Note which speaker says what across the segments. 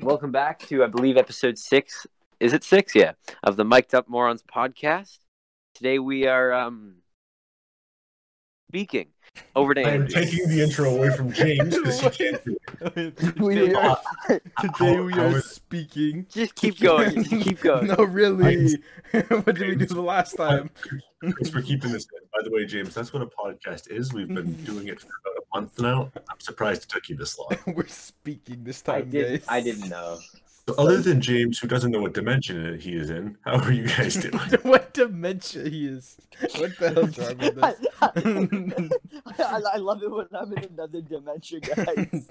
Speaker 1: Welcome back to, I believe, episode six. Is it six? Yeah, of the Miked Up Morons podcast. Today we are um speaking over to
Speaker 2: I am
Speaker 1: Andrew.
Speaker 2: taking the intro away from James because he can't do
Speaker 3: today,
Speaker 1: are-
Speaker 2: Uh,
Speaker 3: today we
Speaker 2: I
Speaker 3: are
Speaker 2: was-
Speaker 3: speaking.
Speaker 1: Just keep going. Just keep going.
Speaker 3: No, really. what did we do
Speaker 2: James,
Speaker 3: the last time?
Speaker 2: it. Thanks for keeping this in. By the way, James, that's what a podcast is. We've been
Speaker 3: Mm-hmm.
Speaker 2: doing it for about a month now. I'm surprised it took you this long.
Speaker 3: We're speaking this
Speaker 4: I
Speaker 3: time.
Speaker 4: did.
Speaker 3: guys.
Speaker 4: I didn't know.
Speaker 2: So other than James, who doesn't know what dimension it- he is in, how are you guys doing?
Speaker 3: what dementia he is. What the hell's wrong with
Speaker 5: I,
Speaker 3: us?
Speaker 5: I, I love it when I'm in another dimension, guys.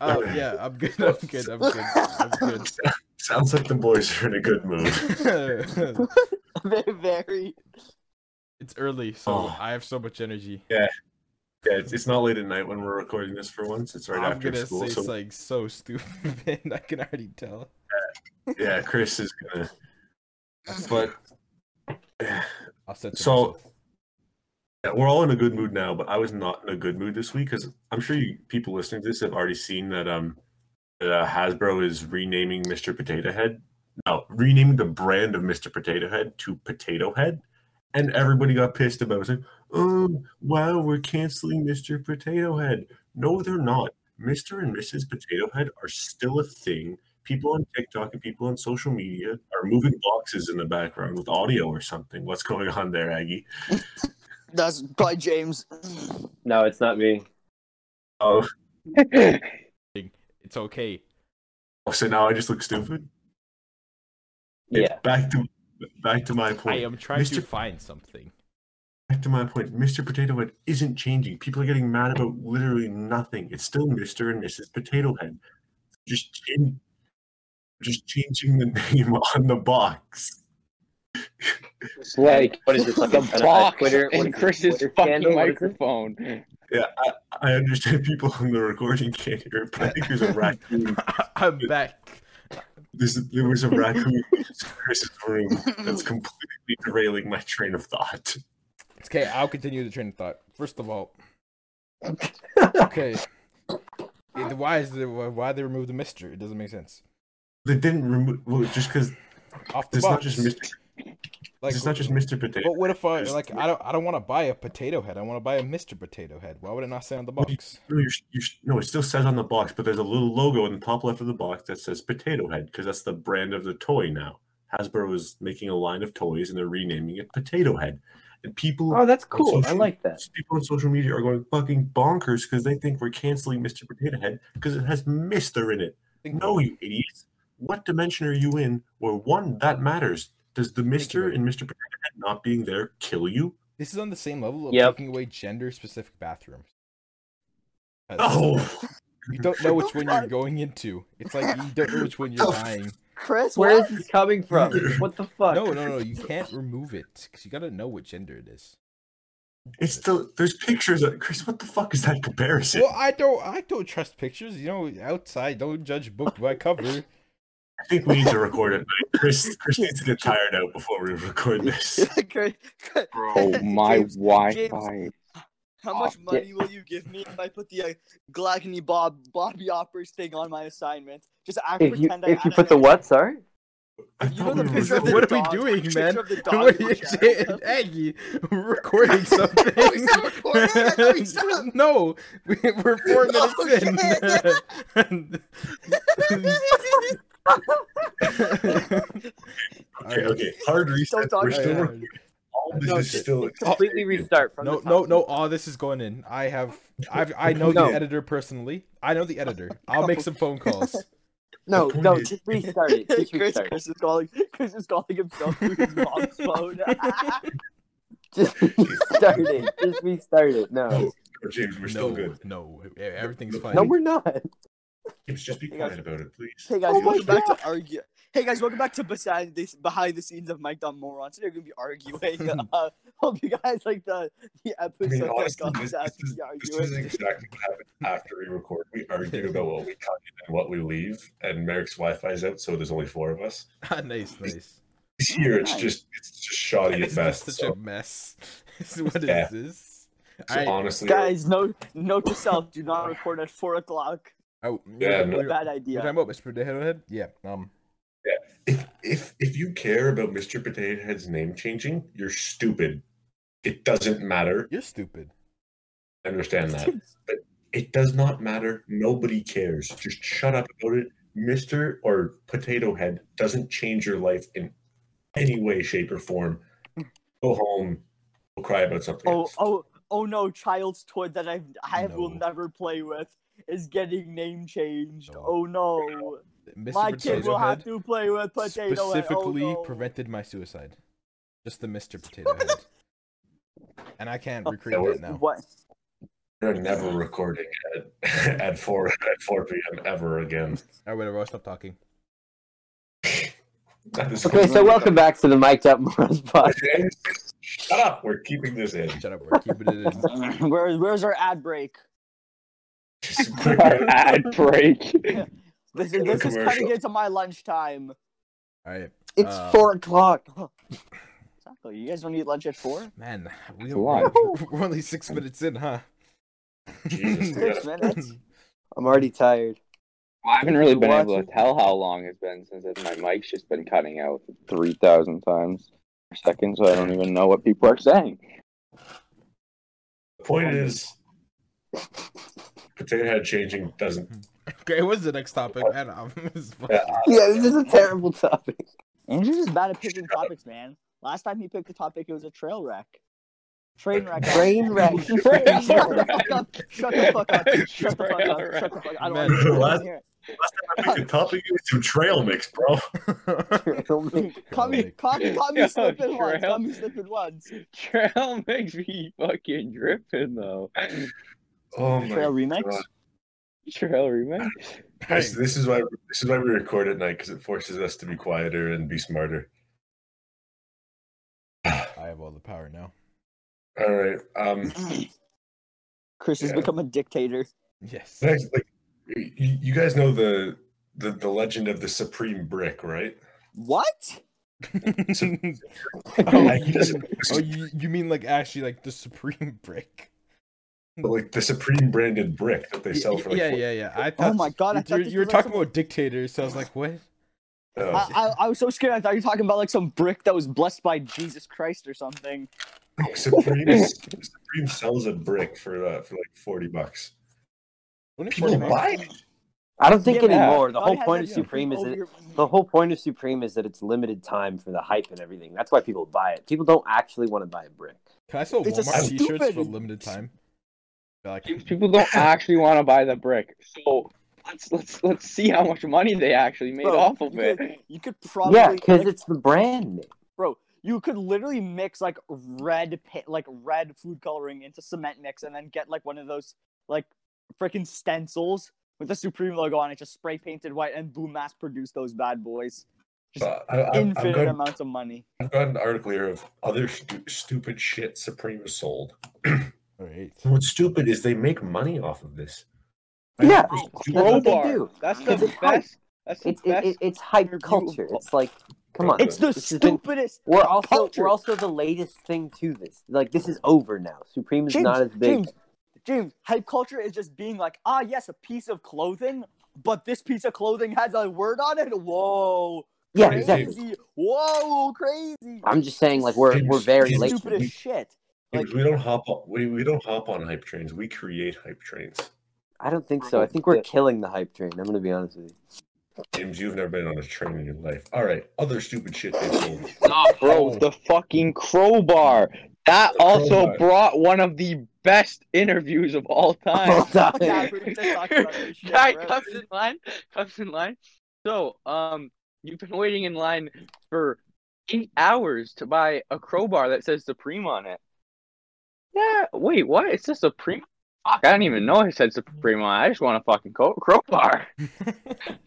Speaker 3: Oh yeah, I'm good. I'm good. I'm good. I'm
Speaker 2: Sounds like the boys are in a good mood.
Speaker 3: good.
Speaker 5: Very, very.
Speaker 3: it's early, so
Speaker 2: Oh.
Speaker 3: I have so much energy.
Speaker 2: Yeah, it's, it's not late at night when we're recording this for once. It's right
Speaker 3: I'm
Speaker 2: after
Speaker 3: gonna
Speaker 2: school.
Speaker 3: say
Speaker 2: So
Speaker 3: it's like so stupid. I can already tell.
Speaker 2: yeah, Chris is gonna. But
Speaker 3: I'll set the
Speaker 2: So, yeah, we're all in a good mood now, but I was not in a good mood this week because I'm sure you people listening to this have already seen that um that uh, Hasbro is renaming Mr. Potato Head. No, renaming the brand of Mr. Potato Head to Potato Head, and everybody got pissed about it, saying, "Oh, wow, we're canceling Mr. Potato Head." No, they're not. Mr. and Mrs. Potato Head are still a thing. People on TikTok and people on social media are moving boxes in the background with audio or something. What's going on there, Aggie?
Speaker 5: That's by James.
Speaker 4: No, it's not me.
Speaker 2: Oh,
Speaker 3: It's okay.
Speaker 2: oh, so now I just look stupid. Okay,
Speaker 4: Yeah.
Speaker 2: Back to back to my
Speaker 3: I um,
Speaker 2: point.
Speaker 3: am trying to
Speaker 2: Mr.
Speaker 3: find something.
Speaker 2: Back to my point. Mr. Potato Head isn't changing. People are getting mad about literally nothing. It's still Mr. and Mrs. Potato Head. Just chan- just changing the name on the box.
Speaker 6: It's like
Speaker 4: What is this, like
Speaker 6: the
Speaker 4: a- a
Speaker 6: box
Speaker 4: Twitter- what is
Speaker 6: in
Speaker 4: this,
Speaker 6: Chris's
Speaker 4: Twitter
Speaker 6: fucking
Speaker 4: scandal? What is this?
Speaker 6: microphone.
Speaker 2: Yeah, I, I understand people on the recording can't hear it, but I think there's a raccoon.
Speaker 3: I'm back.
Speaker 2: There's, there was a raccoon in Chris's room that's completely derailing my train of thought.
Speaker 3: It's okay, I'll continue the train of thought. First of all, okay, it- why is the why why they remove the Mister? It doesn't make sense.
Speaker 2: They didn't remove well, just because
Speaker 3: Off the
Speaker 2: it's not
Speaker 3: box,
Speaker 2: just Mr.
Speaker 3: like,
Speaker 2: it's not just Mr. Potato.
Speaker 3: But what if I
Speaker 2: Just-
Speaker 3: like I don't I don't want to buy a potato head. I want to buy a Mister Potato Head. Why would it not say on the
Speaker 2: Well, you-
Speaker 3: box?
Speaker 2: No, you're, you're, no, it still says on the box, but there's a little logo in the top left of the box that says Potato Head because that's the brand of the toy now. Hasbro is making a line of toys and they're renaming it Potato Head, and people
Speaker 4: Oh, that's
Speaker 2: on
Speaker 4: cool. I
Speaker 2: social-
Speaker 4: like that.
Speaker 2: People on social media are going fucking bonkers because they think we're canceling Mr. Potato Head because it has Mister in it.
Speaker 3: Think
Speaker 2: No,
Speaker 3: about
Speaker 2: you idiots! What dimension are you in? Where one that matters? Does the Mister
Speaker 3: Rick.
Speaker 2: and Mr. Potato Head not being there kill you?
Speaker 3: it. this is on the same level of
Speaker 4: Yep.
Speaker 3: taking away gender specific bathrooms. 'Cause
Speaker 2: Oh,
Speaker 3: You don't know which one you're
Speaker 5: Fuck.
Speaker 3: going into. It's like you don't know which one you're
Speaker 2: Oh,
Speaker 3: buying.
Speaker 5: Chris,
Speaker 4: Where
Speaker 5: what?
Speaker 4: is this coming from? What the fuck?
Speaker 3: No, no, no. You can't remove it because you gotta know what gender it is.
Speaker 2: it's still there's pictures of Chris. What the fuck is that comparison?
Speaker 3: Well, I don't. I don't trust pictures. You know, outside, don't judge book by cover.
Speaker 2: I think we need to record it. but Chris, Chris needs to get tired out before we record this.
Speaker 5: Chris, Chris,
Speaker 6: Oh my
Speaker 5: James,
Speaker 6: Wi-Fi!
Speaker 5: how much
Speaker 6: Oh, yeah.
Speaker 5: money will you give me if I put the uh, Glockany Bob Bobby Oppers thing on my assignment? Just act
Speaker 4: If you
Speaker 5: pretend I
Speaker 4: if you
Speaker 5: had
Speaker 4: put
Speaker 5: it.
Speaker 4: the what? Sorry.
Speaker 2: I
Speaker 5: You know
Speaker 2: thought
Speaker 5: the
Speaker 2: we were
Speaker 5: picture of the
Speaker 3: What are we
Speaker 5: dog-
Speaker 3: doing,
Speaker 5: picture
Speaker 3: man?
Speaker 5: Of the dog
Speaker 3: what are
Speaker 5: in
Speaker 3: you
Speaker 5: the shower.
Speaker 3: saying, Aggie? We're recording something.
Speaker 5: Oh, we stopped recording? I thought we stopped.
Speaker 3: no, we, we're four
Speaker 5: Oh,
Speaker 3: minutes in.
Speaker 2: okay, okay. Hard reset.
Speaker 5: talk
Speaker 2: We're
Speaker 5: about
Speaker 2: still
Speaker 5: it.
Speaker 2: recording. All this
Speaker 4: No,
Speaker 2: is still.
Speaker 4: Completely restart from
Speaker 3: No,
Speaker 4: the top.
Speaker 3: no, no! All this is going in. I have, I've, I know
Speaker 4: No.
Speaker 3: the editor personally. I know the editor. I'll make some phone calls.
Speaker 4: no,
Speaker 2: The
Speaker 4: no.
Speaker 2: point is-
Speaker 4: Just restart it. Just
Speaker 5: Chris,
Speaker 4: restart. it.
Speaker 5: Chris is calling. Chris is calling himself through his mom's phone.
Speaker 4: Just restart it. Just restart it. No,
Speaker 2: No, no, James, we're still
Speaker 3: no,
Speaker 2: good.
Speaker 3: no, e- everything's
Speaker 2: No,
Speaker 3: fine.
Speaker 4: no, we're not.
Speaker 2: James, just be
Speaker 5: Hey, guys.
Speaker 2: quiet about it, please.
Speaker 5: Hey guys,
Speaker 4: Oh my
Speaker 5: welcome back to argue. Hey guys, welcome back to beside this behind the scenes of Mike Dumb Morons. Today we're gonna be arguing. uh, hope you guys like the the
Speaker 2: I
Speaker 5: episode
Speaker 2: mean,
Speaker 5: that
Speaker 2: honestly,
Speaker 5: comes
Speaker 2: this,
Speaker 5: after
Speaker 2: this, is,
Speaker 5: the
Speaker 2: this is
Speaker 5: arguing.
Speaker 2: exactly what happens after we record. We argue about what we cut and what we leave, and Merrick's Wi-Fi's out, so there's only four of us.
Speaker 3: Ah, nice, nice.
Speaker 2: Here, it's just it's just shoddy
Speaker 3: This
Speaker 2: at
Speaker 3: is
Speaker 2: best.
Speaker 3: Such
Speaker 2: So,
Speaker 3: a mess. what is
Speaker 2: Yeah.
Speaker 3: this?
Speaker 2: so
Speaker 3: I-
Speaker 2: honestly,
Speaker 5: Guys, note note to self: do not record at four o'clock.
Speaker 3: Oh,
Speaker 2: Yeah, no.
Speaker 5: What a
Speaker 3: We're,
Speaker 5: bad
Speaker 3: we're talking
Speaker 5: idea.
Speaker 3: about Mr. Potato Head. Yeah. Um.
Speaker 2: If if if you care about Mr. Potato Head's name changing, you're stupid. It doesn't matter.
Speaker 3: You're stupid.
Speaker 2: I understand that. But it does not matter. Nobody cares. Just shut up about it. Mr. or Potato Head doesn't change your life in any way, shape, or form. Go home. Go cry about something.
Speaker 5: Oh,
Speaker 2: else.
Speaker 5: oh, oh no! Child's toy that I've, I will
Speaker 3: No.
Speaker 5: never play with is getting name changed.
Speaker 3: No.
Speaker 5: Oh no!
Speaker 3: Mr.
Speaker 5: My
Speaker 3: Potato
Speaker 5: kid will
Speaker 3: Head
Speaker 5: have to play with potato. Head. Oh,
Speaker 3: specifically
Speaker 5: no.
Speaker 3: prevented my suicide. Just the Mr. Potato Head. And I can't
Speaker 5: Oh,
Speaker 3: recreate
Speaker 2: that
Speaker 3: that now.
Speaker 5: What?
Speaker 2: We're never recording at, at four at four p.m. ever again.
Speaker 3: Alright, whatever. I'll stop talking.
Speaker 2: That is-
Speaker 1: Okay, so welcome back to the Mic'd Up Morons podcast.
Speaker 2: Shut up. We're keeping this in.
Speaker 3: Shut up. We're keeping it in.
Speaker 5: Where, where's our ad break?
Speaker 2: Just quick-
Speaker 4: Our ad break.
Speaker 5: This is this is
Speaker 2: Commercial.
Speaker 5: cutting into my lunchtime.
Speaker 3: Alright.
Speaker 1: It's
Speaker 3: Uh,
Speaker 1: four o'clock.
Speaker 5: Exactly. You guys don't eat lunch at four.
Speaker 3: Man, we
Speaker 4: It's
Speaker 3: don't-
Speaker 4: alive.
Speaker 3: we're only six minutes in, huh?
Speaker 2: Jesus, we
Speaker 5: Six
Speaker 2: gotta-
Speaker 5: minutes.
Speaker 1: I'm already tired.
Speaker 4: I haven't really
Speaker 1: You're
Speaker 4: been able to
Speaker 1: watching?
Speaker 4: tell how long it's been since it- my mic's just been cutting out 3,000 times per second, so I don't even know what people are saying.
Speaker 2: the point is, potato head changing doesn't.
Speaker 3: Okay, what's the next topic? Man, I'm this
Speaker 2: Yeah,
Speaker 1: Yeah, this is a terrible topic.
Speaker 5: Andrew's just bad at picking topics, man. Last time he picked a topic, it was a trail wreck. Train wreck.
Speaker 1: Train wreck.
Speaker 5: Shut the fuck up. Shut the fuck up. Shut the fuck up. Shut the fuck up. I don't
Speaker 3: Man,
Speaker 5: want to hear it. I don't
Speaker 2: last-
Speaker 5: wanna hear
Speaker 2: I think the topic is some trail mix, bro.
Speaker 5: it. Caught me,
Speaker 3: Like-
Speaker 5: caught, caught
Speaker 4: Yo,
Speaker 5: me slipping once.
Speaker 4: trail.
Speaker 5: Caught me slipping once.
Speaker 4: Trail makes me fucking dripping, though.
Speaker 2: Oh my
Speaker 5: Trail remix?
Speaker 2: God.
Speaker 4: Trail remix?
Speaker 2: This, this is why this is why we record at night because it forces us to be quieter and be smarter.
Speaker 3: I have all the power now.
Speaker 2: All right. Um.
Speaker 5: Chris has
Speaker 2: Yeah.
Speaker 5: become a dictator.
Speaker 3: Yes. Oh,
Speaker 2: Next, like, you, you guys know the, the the legend of the supreme brick, right?
Speaker 5: What?
Speaker 3: oh,
Speaker 2: Like, he doesn't-
Speaker 3: oh, you, you mean like actually like the supreme break?
Speaker 2: but, like the supreme branded brick that they sell for like
Speaker 3: yeah,
Speaker 2: four-
Speaker 3: yeah, yeah. I thought,
Speaker 5: Oh my god! I thought
Speaker 3: you,
Speaker 5: this
Speaker 3: you were
Speaker 5: was like
Speaker 3: talking about dictators, so I was like, what?
Speaker 2: no.
Speaker 5: some- I, I, I was so scared. I thought you were talking about like some brick that was blessed by Jesus Christ or something.
Speaker 2: Supreme Supreme sells a brick for uh, for like forty bucks. People buy it.
Speaker 1: I don't think
Speaker 5: Yeah, man.
Speaker 1: anymore. The
Speaker 5: Now
Speaker 1: whole
Speaker 5: you have
Speaker 1: point
Speaker 5: that
Speaker 1: of Supreme is
Speaker 5: over
Speaker 1: that
Speaker 5: your-
Speaker 1: the whole point of Supreme is that it's limited time for the hype and everything. That's why people buy it. People don't actually want to buy a brick.
Speaker 3: Can I sell
Speaker 5: It's a
Speaker 3: Walmart t-shirts for
Speaker 5: stupid-
Speaker 3: limited time? Be Like,
Speaker 4: People don't actually want to buy the brick, so let's let's let's see how much money they actually made
Speaker 5: Bro,
Speaker 4: off of
Speaker 5: you
Speaker 4: it.
Speaker 5: could- You could probably
Speaker 1: yeah, because
Speaker 5: like,
Speaker 1: it's the brand. name.
Speaker 5: you could literally mix like red pit like red food coloring into cement mix and then get like one of those like freaking stencils with the Supreme logo on it, just spray painted white and boom mass produce those bad boys. Just
Speaker 2: Uh, I, I, I've,
Speaker 5: infinite
Speaker 2: got,
Speaker 5: amounts of money.
Speaker 2: I've got an article here of other stu- stupid shit Supreme has sold.
Speaker 3: all right.
Speaker 2: And what's stupid is they make money off of this.
Speaker 1: Yeah,
Speaker 2: It's
Speaker 1: That's
Speaker 2: stupid.
Speaker 1: what they
Speaker 4: Crowbar.
Speaker 1: do.
Speaker 4: That's the
Speaker 1: It's a hype.
Speaker 4: best. That's the
Speaker 1: it's it,
Speaker 4: best.
Speaker 1: it, it's hype
Speaker 4: Interview
Speaker 1: culture.
Speaker 4: of-
Speaker 1: It's like, come on,
Speaker 5: It's the
Speaker 1: this has been-
Speaker 5: stupidest
Speaker 1: We're also
Speaker 5: culture.
Speaker 1: we're also the latest thing to this. Like this is over now. Supreme is
Speaker 5: James,
Speaker 1: not as big.
Speaker 5: James, James, hype culture is just being like, ah, yes, a piece of clothing, but this piece of clothing has a word on it. Whoa,
Speaker 1: yeah,
Speaker 2: James,
Speaker 1: exactly.
Speaker 5: crazy. Whoa, crazy.
Speaker 1: I'm just saying, like we're
Speaker 2: James,
Speaker 1: we're very
Speaker 2: James,
Speaker 1: late.
Speaker 5: stupid as shit. Like,
Speaker 2: we don't hop on we, we don't hop on hype trains. We create hype trains.
Speaker 1: I don't think so. I think we're killing the hype train. I'm gonna be honest with you.
Speaker 2: James, you've never been on a train in your life. All right, other stupid shit they sold.
Speaker 4: Bro, the fucking crowbar. That
Speaker 2: The
Speaker 4: also
Speaker 2: crowbar.
Speaker 4: brought one of the best interviews of all time.
Speaker 1: Stop it.
Speaker 5: Yeah, we're just talking about this shit
Speaker 4: Guy
Speaker 5: forever.
Speaker 4: comes in line, comes in line. So, um, you've been waiting in line for eight hours to buy a crowbar that says Supreme on it. Yeah, wait, what? It's just Supreme? Fuck, I didn't even know it said Supreme on it. I just want a fucking co- crowbar.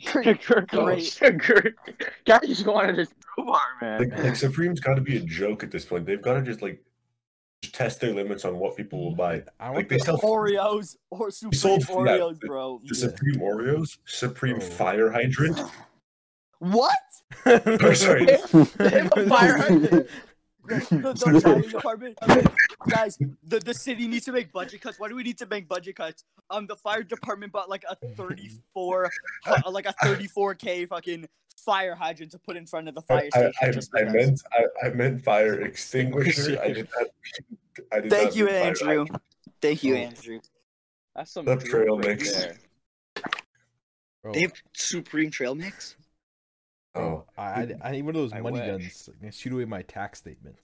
Speaker 5: Great.
Speaker 4: Guy just wanted this crowbar, man.
Speaker 2: Like, like Supreme's got to be a joke at this point. They've got to just like just test their limits on what people will buy.
Speaker 3: I
Speaker 2: Like
Speaker 3: want
Speaker 2: they
Speaker 3: the,
Speaker 2: sell
Speaker 5: Oreos or Supreme
Speaker 2: sold- yeah,
Speaker 5: Oreos, bro.
Speaker 2: the Supreme Oreos, Supreme
Speaker 3: Oh.
Speaker 2: Fire Hydrant.
Speaker 5: What?
Speaker 2: Or sorry,
Speaker 4: They have a fire hydrant.
Speaker 5: the, the planning department. Guys, the, the city needs to make budget cuts. Why do we need to make budget cuts? Um, the fire department bought like a thirty-four, hu- uh, like a thirty-four k fucking fire hydrant to put in front of the fire
Speaker 2: I,
Speaker 5: station.
Speaker 2: I,
Speaker 5: just
Speaker 2: I
Speaker 5: because.
Speaker 2: meant I, I meant fire extinguisher. I did not. I did
Speaker 5: Thank
Speaker 2: not
Speaker 5: you,
Speaker 2: mean fire
Speaker 5: Andrew.
Speaker 2: hydrant.
Speaker 5: Thank you,
Speaker 2: Oh.
Speaker 5: Andrew.
Speaker 4: That's some
Speaker 2: Left
Speaker 4: drip
Speaker 2: trail
Speaker 4: right
Speaker 2: mix.
Speaker 4: there.
Speaker 3: Bro,
Speaker 5: They have Supreme Trail Mix.
Speaker 2: Oh,
Speaker 3: I, I, I need one of those
Speaker 4: I
Speaker 3: money
Speaker 4: wish.
Speaker 3: guns. I can shoot away my tax statement.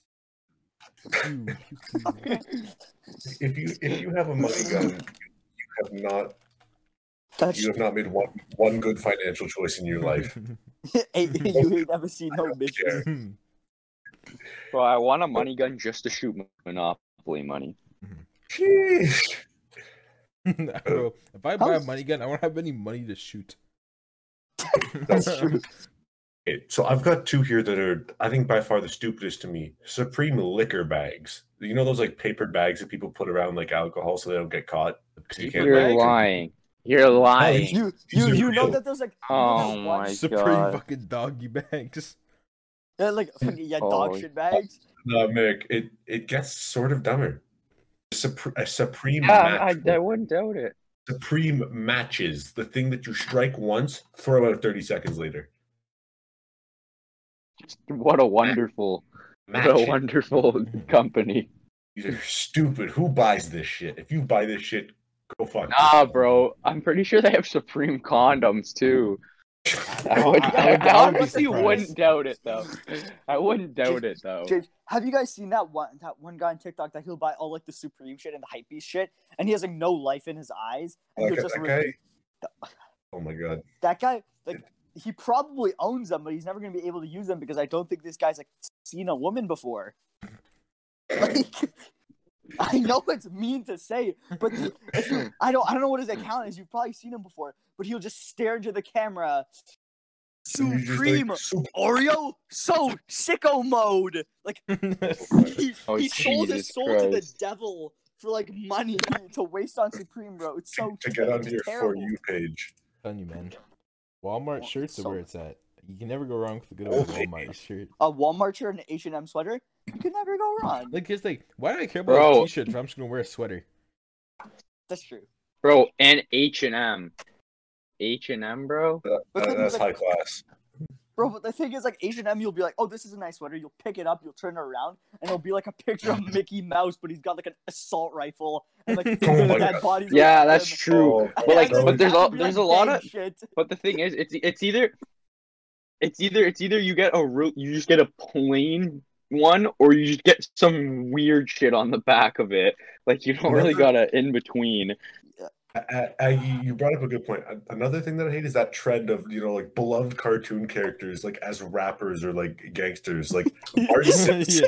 Speaker 2: if you if you have a money gun, you have not
Speaker 5: That's
Speaker 2: you have not made one one good financial choice in your
Speaker 5: Mm-hmm.
Speaker 2: life.
Speaker 5: you ain't never seen no bitches.
Speaker 2: Care.
Speaker 4: Bro, I want a money gun just to shoot Monopoly money.
Speaker 2: Sheesh.
Speaker 3: Bro, if I buy a
Speaker 5: How's-
Speaker 3: money gun, I won't have any money to shoot.
Speaker 2: That's true. Okay, so I've got two here that are, I think, by far the stupidest to me. Supreme liquor bags. You know those like paper bags that people put around like alcohol so they don't get caught. 'Cause you can't,
Speaker 4: You're
Speaker 2: like-
Speaker 4: lying. You're lying.
Speaker 5: You
Speaker 2: These
Speaker 5: you
Speaker 2: are
Speaker 5: you know
Speaker 2: real.
Speaker 5: that there's like you know
Speaker 4: Oh
Speaker 5: that one-
Speaker 4: my
Speaker 3: Supreme
Speaker 4: god.
Speaker 3: fucking doggy bags.
Speaker 5: they're like fucking yeah dog
Speaker 4: Holy
Speaker 5: shit bags.
Speaker 2: No, Mick, it it gets sort of dumber. Supre- a supreme
Speaker 4: Yeah,
Speaker 2: match.
Speaker 4: I, I wouldn't doubt it.
Speaker 2: supreme matches. The thing that you strike once, throw out thirty seconds later.
Speaker 4: What a wonderful, what a
Speaker 2: Matches.
Speaker 4: wonderful company.
Speaker 2: These are stupid. Who buys this shit? If you buy this shit, go fuck.
Speaker 4: Nah,
Speaker 2: yourself.
Speaker 4: bro. I'm pretty sure they have Supreme condoms too.
Speaker 3: I
Speaker 4: I would, I,
Speaker 3: would-
Speaker 4: would,
Speaker 3: I would be
Speaker 4: honestly
Speaker 3: surprised.
Speaker 4: wouldn't doubt it though. I wouldn't doubt it though.
Speaker 5: James, have you guys seen that one that one guy on TikTok that he'll buy all like the Supreme shit and the hypebeast shit, and he has like no life in his eyes, and
Speaker 2: Like,
Speaker 5: he'll just
Speaker 2: okay.
Speaker 5: re-
Speaker 2: Oh my god.
Speaker 5: that guy like he probably owns them, but he's never gonna be able to use them because I don't think this guy's like seen a woman before. Like, I know it's mean to say, but the- if you, I don't I don't know what his account is. You've probably seen him before, but he'll just stare into the camera.
Speaker 2: You just, like,
Speaker 5: Supreme
Speaker 2: sup-
Speaker 5: Oreo so sicko mode. Like he,
Speaker 4: Oh,
Speaker 5: he sold his
Speaker 4: Jesus
Speaker 5: soul to the
Speaker 4: Christ.
Speaker 5: devil for like money to waste on Supreme Bro. It's so
Speaker 2: to get
Speaker 5: it's
Speaker 2: onto your
Speaker 5: terrible.
Speaker 2: for you page.
Speaker 3: telling you, man. Walmart
Speaker 5: Oh,
Speaker 3: shirts are
Speaker 5: so-
Speaker 3: where it's at. You can never go wrong with a good old
Speaker 2: Okay.
Speaker 3: Walmart shirt.
Speaker 5: A Walmart shirt and an H and M sweater. You can never go wrong.
Speaker 3: Like, it's like, why do I care about a
Speaker 4: Bro.
Speaker 3: t-shirt if I'm just gonna wear a sweater?
Speaker 5: That's true.
Speaker 4: Bro, and H and M, H and M, bro.
Speaker 2: That-
Speaker 5: But
Speaker 2: that-
Speaker 5: then
Speaker 2: that's
Speaker 5: it's
Speaker 2: high
Speaker 5: like-
Speaker 2: class.
Speaker 5: Bro, but the thing is, like H and M, you'll be like, "Oh, this is a nice sweater." You'll pick it up, you'll turn it around, and it'll be like a picture of Mickey Mouse, but he's got like an assault rifle and like
Speaker 2: Oh my
Speaker 5: dead
Speaker 2: God.
Speaker 5: bodies.
Speaker 4: Yeah,
Speaker 5: around
Speaker 4: that's
Speaker 5: him.
Speaker 4: true.
Speaker 2: Oh,
Speaker 4: But like,
Speaker 2: bro,
Speaker 4: but there's
Speaker 5: That
Speaker 4: a
Speaker 5: would be,
Speaker 4: there's a
Speaker 5: like,
Speaker 4: lot
Speaker 5: gang
Speaker 4: of.
Speaker 5: shit.
Speaker 4: But the thing is, it's it's either, it's either it's either you get a root, you just get a plain one, or you just get some weird shit on the back of it. Like you don't really got a in between.
Speaker 2: A- A- Aggie, you brought up a good point. A- Another thing that I hate is that trend of you know like beloved cartoon characters like as rappers or like gangsters, like Bart Simpson,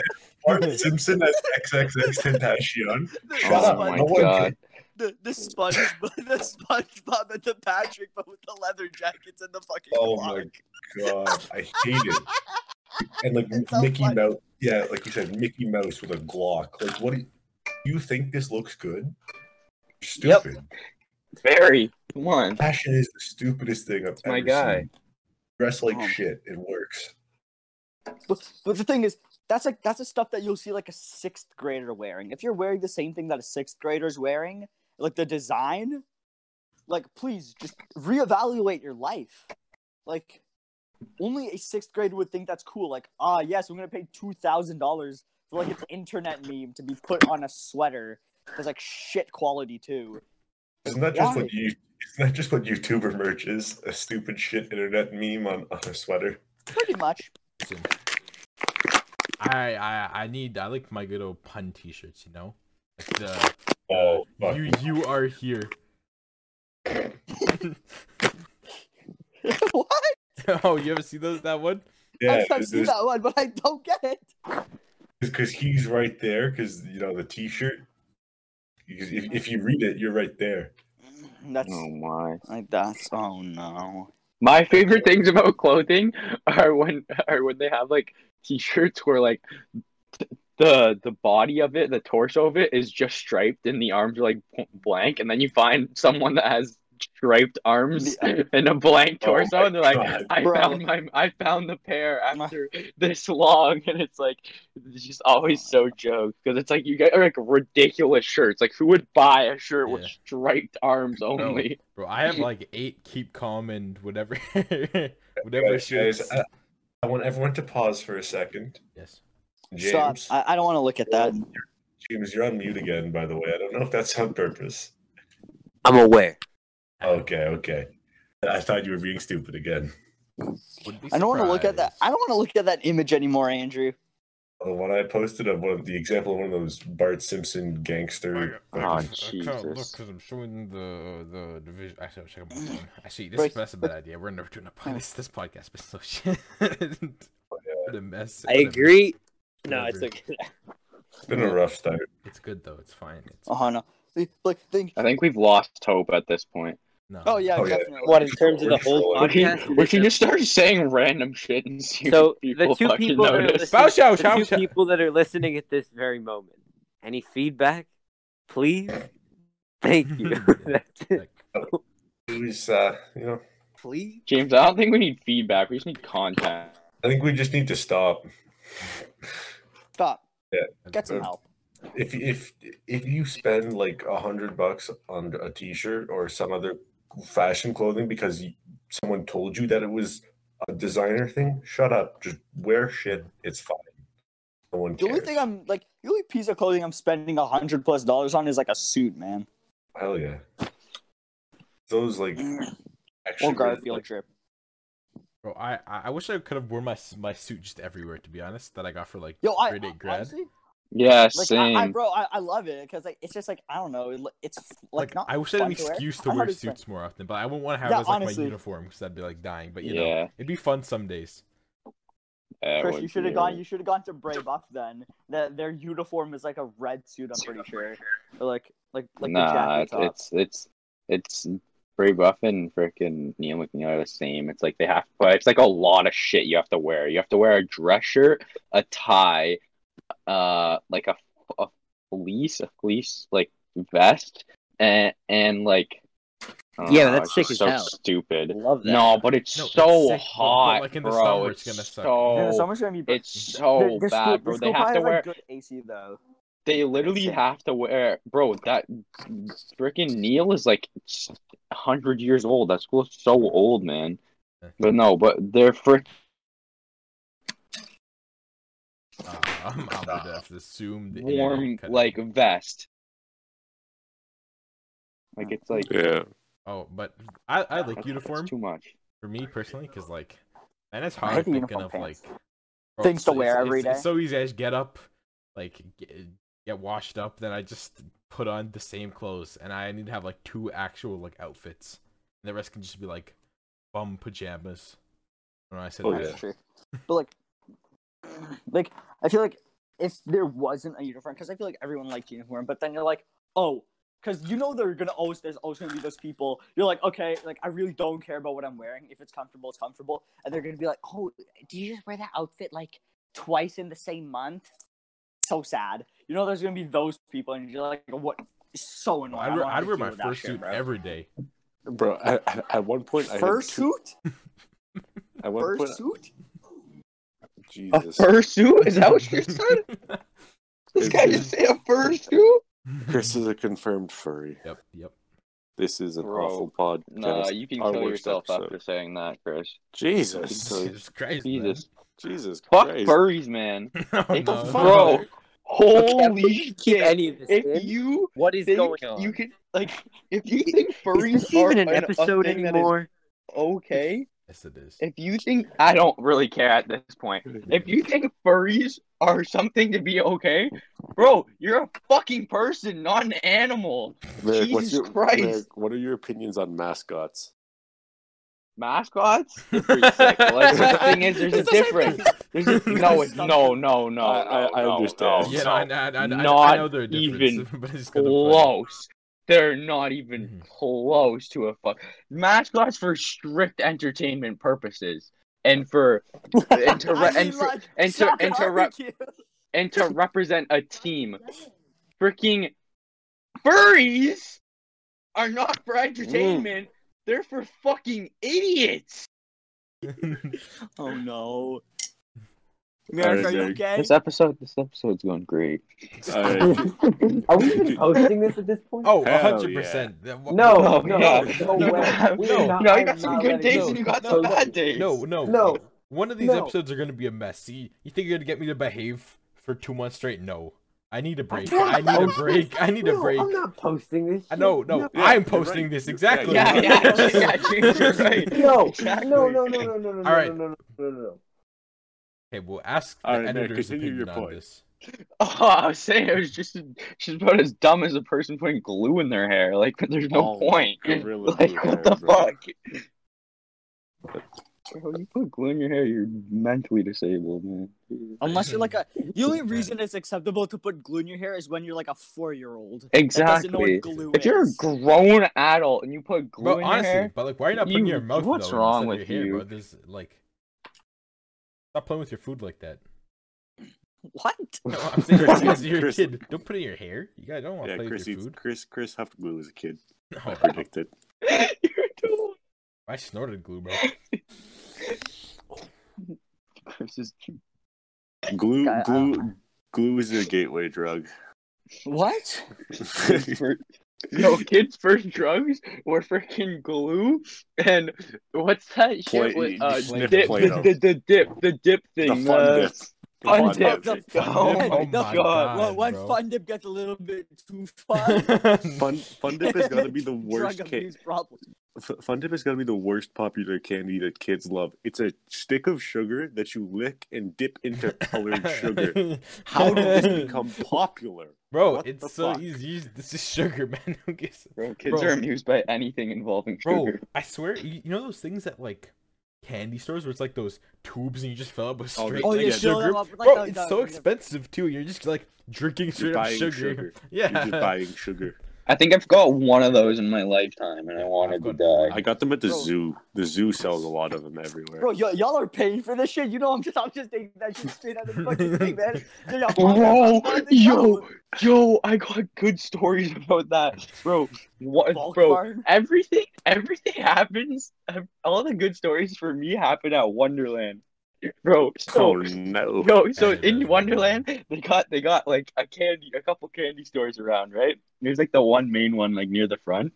Speaker 2: Bart Simpson as XXX Tentacion.
Speaker 5: The-
Speaker 2: Shut
Speaker 5: the
Speaker 2: up,
Speaker 5: Spon-
Speaker 2: no
Speaker 4: my
Speaker 2: one
Speaker 4: God.
Speaker 5: The, the sponge, the SpongeBob and the Patrick, but with the leather jackets and the fucking.
Speaker 2: Oh
Speaker 5: clock.
Speaker 2: my god, I hate it. And like
Speaker 5: It's so
Speaker 2: Mickey
Speaker 5: funny.
Speaker 2: Mouse, yeah, like you said, Mickey Mouse with a Glock. Like, what do you, you think this looks good?
Speaker 4: Yep.
Speaker 2: Stupid.
Speaker 4: Very come on.
Speaker 2: Fashion is the stupidest thing I've
Speaker 4: my
Speaker 2: ever
Speaker 4: guy. Oh.
Speaker 2: seen. Dress like
Speaker 5: Um,
Speaker 2: shit, it works.
Speaker 5: But, but the thing is, that's like that's the stuff that you'll see like a sixth grader wearing. If you're wearing the same thing that a sixth grader is wearing, like the design, like please just reevaluate your life. Like only a sixth grader would think that's cool. Like ah yes, I'm gonna pay two thousand dollars for like an internet meme to be put on a sweater that's like shit quality too.
Speaker 2: Isn't that just
Speaker 5: why?
Speaker 2: what you? Isn't that just what YouTuber merch is? A stupid shit internet meme on, on a sweater.
Speaker 5: Pretty much.
Speaker 3: I, I, I need, I like my good old pun t-shirts, you know? Like the,
Speaker 2: Oh, fuck.
Speaker 3: you, you are here.
Speaker 5: what?
Speaker 3: oh, you ever see those, that one?
Speaker 2: yeah,
Speaker 5: I've, I've seen that one, but I don't get it.
Speaker 2: because he's right there. Because you know the T-shirt. Because if, if you read it, you're right there.
Speaker 5: That's
Speaker 4: Oh my.
Speaker 5: like that's oh no.
Speaker 4: My favorite things about clothing are when are when they have like t-shirts where like th- the the body of it, the torso of it is just striped and the arms are like bl- blank and then you find someone that has striped arms and a blank
Speaker 7: Oh
Speaker 4: torso,
Speaker 7: my
Speaker 4: and they're like,
Speaker 7: God.
Speaker 4: "I
Speaker 5: Bro.
Speaker 4: found my, I found the pair after this long," and it's like, it's just always so joke because it's like you get like ridiculous shirts. Like, who would buy a shirt with
Speaker 3: Yeah.
Speaker 4: striped arms only?
Speaker 3: Bro, I have like eight keep calm and whatever, whatever
Speaker 7: Guys,
Speaker 3: shirts.
Speaker 7: guys, I, I want everyone to pause for a second.
Speaker 3: Yes.
Speaker 7: James,
Speaker 5: Stop. I, I don't want to look at that.
Speaker 7: James, you're on mute again. By the way, I don't know if that's on purpose.
Speaker 1: I'm aware.
Speaker 3: Oh,
Speaker 7: Okay, okay. I thought you were being stupid again.
Speaker 3: Wouldn't be
Speaker 5: I don't want to look at that. I
Speaker 3: surprised.
Speaker 5: don't want to look at that image anymore, Andrew.
Speaker 7: The one I posted of one of the example of one of those Bart Simpson gangster.
Speaker 3: I
Speaker 1: Oh,
Speaker 3: can't- I can't look
Speaker 1: Jesus.
Speaker 3: because I'm showing the the division. Actually, I'm checking my phone. Actually, this
Speaker 5: Bro,
Speaker 3: is that's a bad idea. We're never doing a podcast. This, this podcast has been so shit. what a mess.
Speaker 1: I
Speaker 3: What a-
Speaker 1: agree. No, it's
Speaker 3: Whatever.
Speaker 1: okay.
Speaker 7: It's been a rough start.
Speaker 3: It's good though. It's fine. It's,
Speaker 5: Oh no. See, Like think.
Speaker 3: Uh,
Speaker 4: I think we've lost hope at this point.
Speaker 3: no.
Speaker 5: Oh yeah,
Speaker 7: Oh, yeah.
Speaker 5: definitely.
Speaker 1: What in terms of the whole
Speaker 4: We
Speaker 1: podcast?
Speaker 4: can, we can just start saying random shit and see
Speaker 1: So
Speaker 4: if
Speaker 1: the
Speaker 4: people
Speaker 1: two
Speaker 4: fucking
Speaker 1: people that are
Speaker 4: notice.
Speaker 3: Bow
Speaker 1: listening-
Speaker 3: show,
Speaker 1: the
Speaker 3: show,
Speaker 1: two
Speaker 3: show.
Speaker 1: people that are listening at this very moment. Any feedback, please? Thank you. That's it.
Speaker 3: Like,
Speaker 7: It was, uh, you know,
Speaker 1: Please.
Speaker 4: James, I don't think we need feedback. We just need content.
Speaker 7: I think we just need to stop.
Speaker 5: Stop. Get
Speaker 3: that's-
Speaker 5: some help.
Speaker 7: If if if you spend like a hundred bucks on a T-shirt or some other fashion clothing because you, someone told you that it was a designer thing, shut up. Just wear shit. It's fine. No one
Speaker 5: The
Speaker 7: cares.
Speaker 5: only thing I'm like, the only piece of clothing I'm spending a hundred plus dollars on is like a suit, man.
Speaker 7: Hell yeah. Those like
Speaker 4: Mm,
Speaker 5: Or
Speaker 7: actually
Speaker 5: Garfield drip.
Speaker 3: Bro, I I I wish I could have worn my s- my suit just everywhere. To be honest, that I got for like
Speaker 5: Yo, I
Speaker 3: grade eight grad.
Speaker 5: honestly,
Speaker 4: Yeah,
Speaker 5: like,
Speaker 4: same.
Speaker 5: I, I, bro, I, I love it because like it's just like I don't know, it, it's like,
Speaker 3: Like,
Speaker 5: not.
Speaker 3: I wish I had an
Speaker 5: fun to wear.
Speaker 3: excuse to
Speaker 5: I'm
Speaker 3: wear
Speaker 5: not even-
Speaker 3: suits more often, but I wouldn't want to have
Speaker 5: Yeah,
Speaker 3: it as like
Speaker 5: honestly.
Speaker 3: my uniform because I'd be like dying. But you know,
Speaker 4: yeah.
Speaker 3: it'd be fun some days.
Speaker 4: yeah, it
Speaker 5: Chris,
Speaker 4: would
Speaker 5: you should have
Speaker 4: be-
Speaker 5: gone. You should have gone to Brave Up then. That their uniform is like a red suit. I'm pretty sure. Or like like like the
Speaker 4: nah,
Speaker 5: jacket
Speaker 4: it's,
Speaker 5: top.
Speaker 4: it's it's it's Bray Buff and freaking Neil McNeil are the same. It's like they have, but it's like a lot of shit you have to wear. You have to wear a dress shirt, a tie, uh, like a, a fleece, a fleece like vest, and and like. I don't
Speaker 1: Yeah,
Speaker 4: know,
Speaker 1: that's
Speaker 4: it's just
Speaker 1: sick as
Speaker 4: so
Speaker 1: hell.
Speaker 4: stupid.
Speaker 1: Love that.
Speaker 4: No, but it's
Speaker 3: No, it's
Speaker 4: so
Speaker 3: sick, but- but,
Speaker 4: hot,
Speaker 3: like, in the
Speaker 4: bro.
Speaker 3: summer,
Speaker 4: it's
Speaker 3: it's gonna suck.
Speaker 4: so
Speaker 5: yeah, the summer's gonna be. br-
Speaker 4: it's so
Speaker 5: their
Speaker 4: bad,
Speaker 5: school-
Speaker 4: bro.
Speaker 5: their
Speaker 4: They have
Speaker 5: school
Speaker 4: to
Speaker 5: probably has,
Speaker 4: wear.
Speaker 5: like, good AC though.
Speaker 4: They literally
Speaker 5: Sick.
Speaker 4: have to wear, bro. That freaking Neil is like hundred years old. That school is so old, man. But no, but they're frick.
Speaker 3: Uh, I'm, I'm gonna have to assume the internet
Speaker 4: warm
Speaker 3: cut it.
Speaker 4: like vest. Like it's like
Speaker 2: Yeah.
Speaker 3: Oh, but I I like
Speaker 4: that's-
Speaker 3: uniform
Speaker 4: that's too much.
Speaker 3: for me personally because like, and it's
Speaker 5: I
Speaker 3: hard
Speaker 5: like the
Speaker 3: thinking
Speaker 5: uniform
Speaker 3: of
Speaker 5: pants.
Speaker 3: like bro,
Speaker 5: Things to
Speaker 3: it's-
Speaker 5: wear
Speaker 3: it's,
Speaker 5: every
Speaker 3: it's- It's
Speaker 5: day.
Speaker 3: so easy. I just get up, like get, get washed up, then I just put on the same clothes, and I need to have like two actual like outfits, and the rest can just be like bum pajamas. When I said
Speaker 7: Oh,
Speaker 3: that.
Speaker 7: yeah.
Speaker 5: That's true. But like, like I feel like if there wasn't a uniform, because I feel like everyone liked uniform, but then you're like, oh, because you know they're gonna always there's always gonna be those people. You're like, okay, like I really don't care about what I'm wearing. If it's comfortable, it's comfortable, and they're gonna be like, oh, do you just wear that outfit like twice in the same month? So sad. You know, there's gonna be those people, and you're like, what? So annoying. I
Speaker 3: I'd,
Speaker 5: don't
Speaker 3: wear-
Speaker 5: wanna
Speaker 3: I'd wear
Speaker 5: deal
Speaker 3: my
Speaker 5: with that
Speaker 3: fursuit
Speaker 5: shit,
Speaker 3: suit
Speaker 5: bro.
Speaker 3: every day.
Speaker 2: Bro, I, I, at one point, I had two,
Speaker 5: Fursuit?
Speaker 2: at one point,
Speaker 5: Fursuit?
Speaker 4: A
Speaker 2: Jesus,
Speaker 4: fursuit? Is that what you said? This
Speaker 2: It's
Speaker 4: guy
Speaker 2: just-
Speaker 4: just say a fursuit?
Speaker 2: Chris is a confirmed furry.
Speaker 3: Yep, yep.
Speaker 2: This is an
Speaker 4: Bro,
Speaker 2: awful podcast.
Speaker 4: Nah, you can
Speaker 2: Our
Speaker 4: kill
Speaker 2: worst
Speaker 4: yourself
Speaker 2: episode.
Speaker 4: after saying that, Chris.
Speaker 2: Jesus,
Speaker 3: Jesus Christ,
Speaker 4: Jesus,
Speaker 2: Jesus
Speaker 4: fuck
Speaker 2: Christ!
Speaker 4: furries, man.
Speaker 3: man. Oh,
Speaker 4: It's
Speaker 3: no.
Speaker 4: bro. Holy
Speaker 1: Keep
Speaker 4: shit!
Speaker 1: any of this
Speaker 4: If
Speaker 1: in?
Speaker 4: you
Speaker 1: What is
Speaker 4: think
Speaker 1: going on?
Speaker 4: You can like if you think furries
Speaker 1: is this even
Speaker 4: are
Speaker 1: an
Speaker 4: a
Speaker 1: episode
Speaker 4: thing that is
Speaker 1: anymore?
Speaker 4: okay,
Speaker 3: Yes, it is.
Speaker 4: if you think I don't really care at this point. If you think furries are something to be okay, bro, you're a fucking person, not an animal.
Speaker 2: Merrick, what's
Speaker 4: Jesus
Speaker 2: your,
Speaker 4: Christ.
Speaker 2: Merrick, what are your opinions on mascots?
Speaker 4: Mascots, they're pretty sick. but, Like the thing is, there's a
Speaker 3: It's the same
Speaker 4: difference. There's a, no, it's, no, no, no.
Speaker 2: I- I-
Speaker 4: no,
Speaker 2: I
Speaker 4: no,
Speaker 2: understand.
Speaker 3: yeah,
Speaker 4: no,
Speaker 3: Oh, no, I, I, I, I, I
Speaker 4: Not
Speaker 3: know there are
Speaker 4: even
Speaker 3: differences, but it's kind of funny.
Speaker 4: close. They're not even
Speaker 3: Mhm.
Speaker 4: close to a fuck. Mascots for strict entertainment purposes and for and to re-
Speaker 5: I
Speaker 4: and
Speaker 5: mean,
Speaker 4: for,
Speaker 5: like,
Speaker 4: and to-
Speaker 5: shock
Speaker 4: and to re-
Speaker 5: barbecue.
Speaker 4: and to represent a team. Freaking furries are not for entertainment. They're for fucking idiots.
Speaker 5: Oh no.
Speaker 2: Alright,
Speaker 5: America, are you
Speaker 2: Derek.
Speaker 5: okay?
Speaker 1: This episode, this episode's going great.
Speaker 2: All right.
Speaker 8: Are we even posting this at this point?
Speaker 3: Oh,
Speaker 2: Hell
Speaker 3: 100%. That- wha-
Speaker 8: No,
Speaker 4: Oh,
Speaker 8: no,
Speaker 4: yeah.
Speaker 8: no, way. We
Speaker 3: No,
Speaker 8: are not-
Speaker 4: you know,
Speaker 8: I
Speaker 4: you
Speaker 8: am
Speaker 4: got some
Speaker 8: not
Speaker 4: good
Speaker 8: letting
Speaker 4: days
Speaker 8: go.
Speaker 4: and you got
Speaker 8: No,
Speaker 4: some
Speaker 8: no.
Speaker 4: bad days.
Speaker 3: No, no,
Speaker 8: No.
Speaker 3: One of these
Speaker 8: No.
Speaker 3: episodes are gonna be a mess. See, you think you're gonna get me to behave for two months straight? No, I need a break. I need a break. I need a
Speaker 8: No,
Speaker 3: break.
Speaker 8: I'm not posting this.
Speaker 3: I
Speaker 8: shit.
Speaker 3: no, no,
Speaker 2: Yeah,
Speaker 3: I'm
Speaker 2: you're
Speaker 3: posting
Speaker 2: right.
Speaker 3: this
Speaker 2: You're
Speaker 3: exactly.
Speaker 2: right.
Speaker 4: Yeah, yeah, yeah, you're- you're right.
Speaker 8: No,
Speaker 4: Exactly.
Speaker 8: no, no, no, no, no, no, no,
Speaker 3: Alright.
Speaker 8: no, no, no, no,
Speaker 3: Okay, we'll ask the
Speaker 2: All right, Nick,
Speaker 3: editor's
Speaker 2: continue your
Speaker 3: opinion on
Speaker 2: point.
Speaker 3: this.
Speaker 4: Oh, I was saying it was just she's about as dumb as a person putting glue in their hair. Like there's no
Speaker 1: Oh,
Speaker 4: point.
Speaker 2: gorilla glue
Speaker 4: like what the
Speaker 2: hair, bro.
Speaker 4: fuck? Bro, you put glue in your hair, you're mentally disabled, man.
Speaker 5: Unless you're like a the only reason it's acceptable to put glue in your hair is when you're like a four year old. Doesn't know
Speaker 4: Exactly.
Speaker 5: what glue
Speaker 4: If you're a
Speaker 5: is.
Speaker 4: grown adult and you put glue
Speaker 3: But
Speaker 4: in
Speaker 3: honestly,
Speaker 4: your hair,
Speaker 3: but like, why are you not putting
Speaker 4: You-
Speaker 3: your mouth?
Speaker 4: what's
Speaker 3: though,
Speaker 4: wrong
Speaker 3: instead of
Speaker 4: with
Speaker 3: your hair,
Speaker 4: you?
Speaker 3: Bro? There's like, stop playing with your food like that.
Speaker 5: what?
Speaker 3: No, I'm saying
Speaker 2: Chris-
Speaker 3: because you're a
Speaker 2: Chris-
Speaker 3: kid. Don't put it in your hair. You guys don't want to
Speaker 2: yeah,
Speaker 3: play
Speaker 2: Chris,
Speaker 3: with your
Speaker 2: eats,
Speaker 3: food.
Speaker 2: Chris, Chris huffed glue as a kid.
Speaker 3: No,
Speaker 2: I predicted.
Speaker 4: you're too
Speaker 3: I snorted glue, bro.
Speaker 4: Chris is
Speaker 2: Glue,
Speaker 4: uh,
Speaker 5: I- I-
Speaker 2: glue, glue is a gateway drug.
Speaker 5: What?
Speaker 4: kids for no kids first drugs were freaking glue and what's that shit
Speaker 2: Play-
Speaker 4: with uh,
Speaker 2: you sniff
Speaker 4: dip,
Speaker 2: Play-Doh.
Speaker 4: the, the, the dip the dip
Speaker 2: the
Speaker 4: thing
Speaker 2: fun
Speaker 4: uh,
Speaker 2: dip. The
Speaker 4: fun
Speaker 2: fun
Speaker 4: dip.
Speaker 2: dip.
Speaker 5: The
Speaker 4: Oh
Speaker 5: fun
Speaker 4: my
Speaker 5: dip. The fun-
Speaker 3: God,
Speaker 5: well, when
Speaker 3: bro.
Speaker 5: fun dip gets a little bit too far.
Speaker 2: Fun, fun dip has got to be the worst.
Speaker 5: Drug
Speaker 2: Ca-
Speaker 5: abuse problem.
Speaker 2: F- Fun Dip has got to be the worst popular candy that kids love. It's a stick of sugar that you lick and dip into colored sugar. How did this become popular?
Speaker 3: Bro,
Speaker 2: What the
Speaker 3: it's so
Speaker 2: fuck?
Speaker 3: easy. You- This is sugar, man. Who gives?
Speaker 4: bro kids
Speaker 3: Bro.
Speaker 4: are amused by anything involving
Speaker 3: Bro,
Speaker 4: sugar
Speaker 3: I swear, you, you know those things that like candy stores where it's like those tubes and you just fill up with
Speaker 2: Oh,
Speaker 3: straight
Speaker 5: Oh,
Speaker 3: like,
Speaker 5: you
Speaker 2: yeah,
Speaker 5: fill
Speaker 3: sugar.
Speaker 5: them up with like oh,
Speaker 3: Bro,
Speaker 5: a-
Speaker 3: Oh, it's
Speaker 5: the-
Speaker 3: so
Speaker 5: the-
Speaker 3: expensive too. You're just like drinking straight up
Speaker 2: buying
Speaker 3: sugar.
Speaker 2: sugar. You're
Speaker 3: Yeah.
Speaker 2: just buying sugar.
Speaker 4: i think i've got one of those in my lifetime and i wanted to
Speaker 3: I've got
Speaker 4: die
Speaker 2: I got them at the
Speaker 5: Bro.
Speaker 2: zoo. The zoo sells a lot of them everywhere.
Speaker 5: Bro, y- y'all are paying for this shit. You know I'm just I'm just taking that shit straight out of the fucking thing, man. Yo, y'all probably-
Speaker 4: Bro,
Speaker 5: probably
Speaker 4: yo,
Speaker 5: know.
Speaker 4: yo, I got good stories about that, bro. What,
Speaker 5: Bulk
Speaker 4: bro?
Speaker 5: barn.
Speaker 4: Everything, everything happens. ev- All the good stories for me happen at Wonderland, bro. So,
Speaker 2: oh no!
Speaker 4: yo, so
Speaker 3: Hey, man.
Speaker 4: in Wonderland, they got they got like a candy, a couple candy stores around, right? There's like the one main one, like near the front,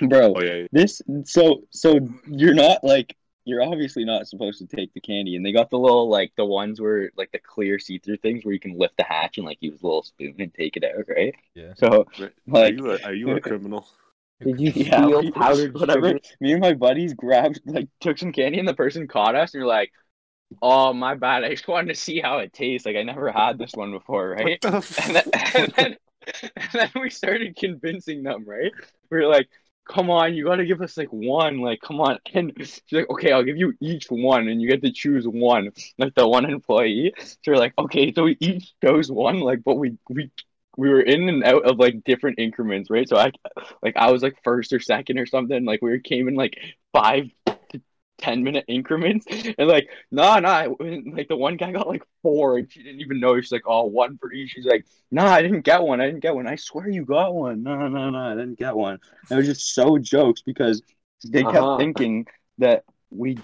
Speaker 4: bro.
Speaker 2: Oh yeah,
Speaker 4: This so so you're not like you're obviously not supposed to take the candy, and they got the little like the ones where like the clear see through things where you can lift the hatch and like use a little spoon and take it out, right?
Speaker 3: Yeah.
Speaker 4: So
Speaker 2: are
Speaker 4: like
Speaker 2: you a, are you a criminal?
Speaker 8: Did you
Speaker 4: yeah,
Speaker 8: steal
Speaker 4: we-
Speaker 8: powdered
Speaker 4: whatever.
Speaker 8: sugar?
Speaker 4: Me and my buddies grabbed like took some candy, and the person caught us, and you're like, "Oh my bad, I just wanted to see how it tastes. Like I never had this one before, right?"
Speaker 2: What the f-
Speaker 4: and then, and then, and then we started convincing them, right? We were like, come on, you gotta give us like one, like, come on. And she's like, okay, I'll give you each one, and you get to choose one, like the one employee. So we're like, okay, so we each chose one, like, but we, we, we were in and out of like different increments, right? So I, like, I was like first or second or something. Like, we came in like five to ten minute increments, and like, nah, nah. And, like the one guy got like four, and she didn't even know. She's like, oh, one for each. She's like, nah, I didn't get one. I didn't get one. I swear you got one. No, no, no, I didn't get one. And it was just so jokes because they kept
Speaker 8: Uh-huh.
Speaker 4: thinking that we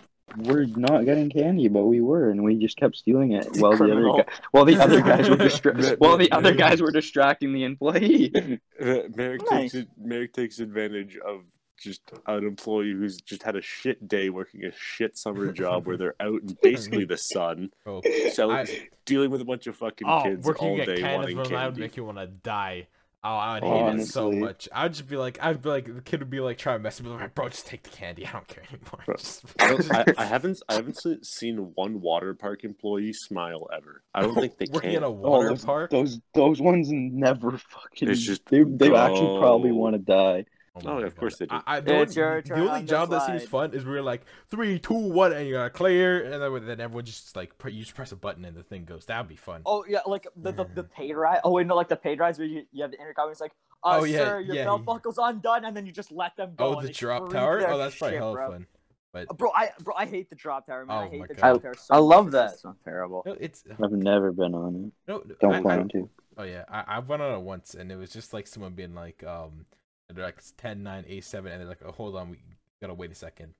Speaker 4: were not getting candy, but we were, and we just kept stealing it. While the other guy, while the other guys were distra- while the other guys were distracting the employee.
Speaker 2: Uh, Merrick
Speaker 5: Nice.
Speaker 2: takes Merrick takes advantage of just an employee who's just had a shit day working a shit summer job where they're out in basically the sun,
Speaker 3: Bro.
Speaker 2: so
Speaker 3: I- Oh,
Speaker 2: dealing with a bunch of fucking kids all
Speaker 3: working at
Speaker 2: day
Speaker 3: Canada's
Speaker 2: wanting
Speaker 3: one that would
Speaker 2: candy.
Speaker 3: make you want to die. Oh, I would hate it so
Speaker 4: Honestly.
Speaker 3: much. I'd just be like, I'd be like, the kid would be like, trying to mess with me, like, bro, just take the candy. I don't care anymore.
Speaker 2: Bro.
Speaker 3: Just-
Speaker 2: I, I haven't I haven't se- seen one water park employee smile ever. I don't think they
Speaker 3: working
Speaker 2: can.
Speaker 5: Oh,
Speaker 3: at a water
Speaker 4: Oh, those-
Speaker 3: park.
Speaker 4: Those those ones never fucking.
Speaker 2: It's just
Speaker 4: they they actually probably
Speaker 2: go.
Speaker 4: want to die.
Speaker 2: Oh,
Speaker 3: my
Speaker 2: of course they do.
Speaker 3: I, I, the only,
Speaker 5: It's your
Speaker 3: the
Speaker 5: turn
Speaker 3: only
Speaker 5: on the
Speaker 3: job that seems
Speaker 5: slide.
Speaker 3: fun is we're like three, two, one, and you gotta clear, and then, then everyone just like pre- you just press a button and the thing goes. That'd be fun.
Speaker 5: Oh yeah, like the the,
Speaker 3: Hmm.
Speaker 5: the paid ride. Oh wait, no, like the paid rides where you, you have the intercom. It's like, uh,
Speaker 3: Oh, yeah,
Speaker 5: sir, your
Speaker 3: yeah.
Speaker 5: belt buckle's undone, and then you just let them go.
Speaker 3: Oh,
Speaker 5: and
Speaker 3: the
Speaker 5: they
Speaker 3: drop
Speaker 5: freak
Speaker 3: tower.
Speaker 5: their
Speaker 3: Oh, that's probably
Speaker 5: shit,
Speaker 3: hella
Speaker 5: bro. Uh,
Speaker 3: fun. But
Speaker 5: Bro, I bro, I hate the drop tower, man.
Speaker 3: Oh,
Speaker 5: I hate
Speaker 3: my
Speaker 5: the
Speaker 3: God.
Speaker 5: drop tower. So
Speaker 8: I love
Speaker 5: much.
Speaker 8: that.
Speaker 5: It's just terrible.
Speaker 3: no, it's
Speaker 4: I've never been on it.
Speaker 3: no. I-
Speaker 4: Don't
Speaker 3: I-
Speaker 4: plan to.
Speaker 3: Oh yeah, I, I went on it once, and it was just like someone being like, um, they're like 10, 9, 8, 7, and they're like, oh, hold on, we gotta wait a second.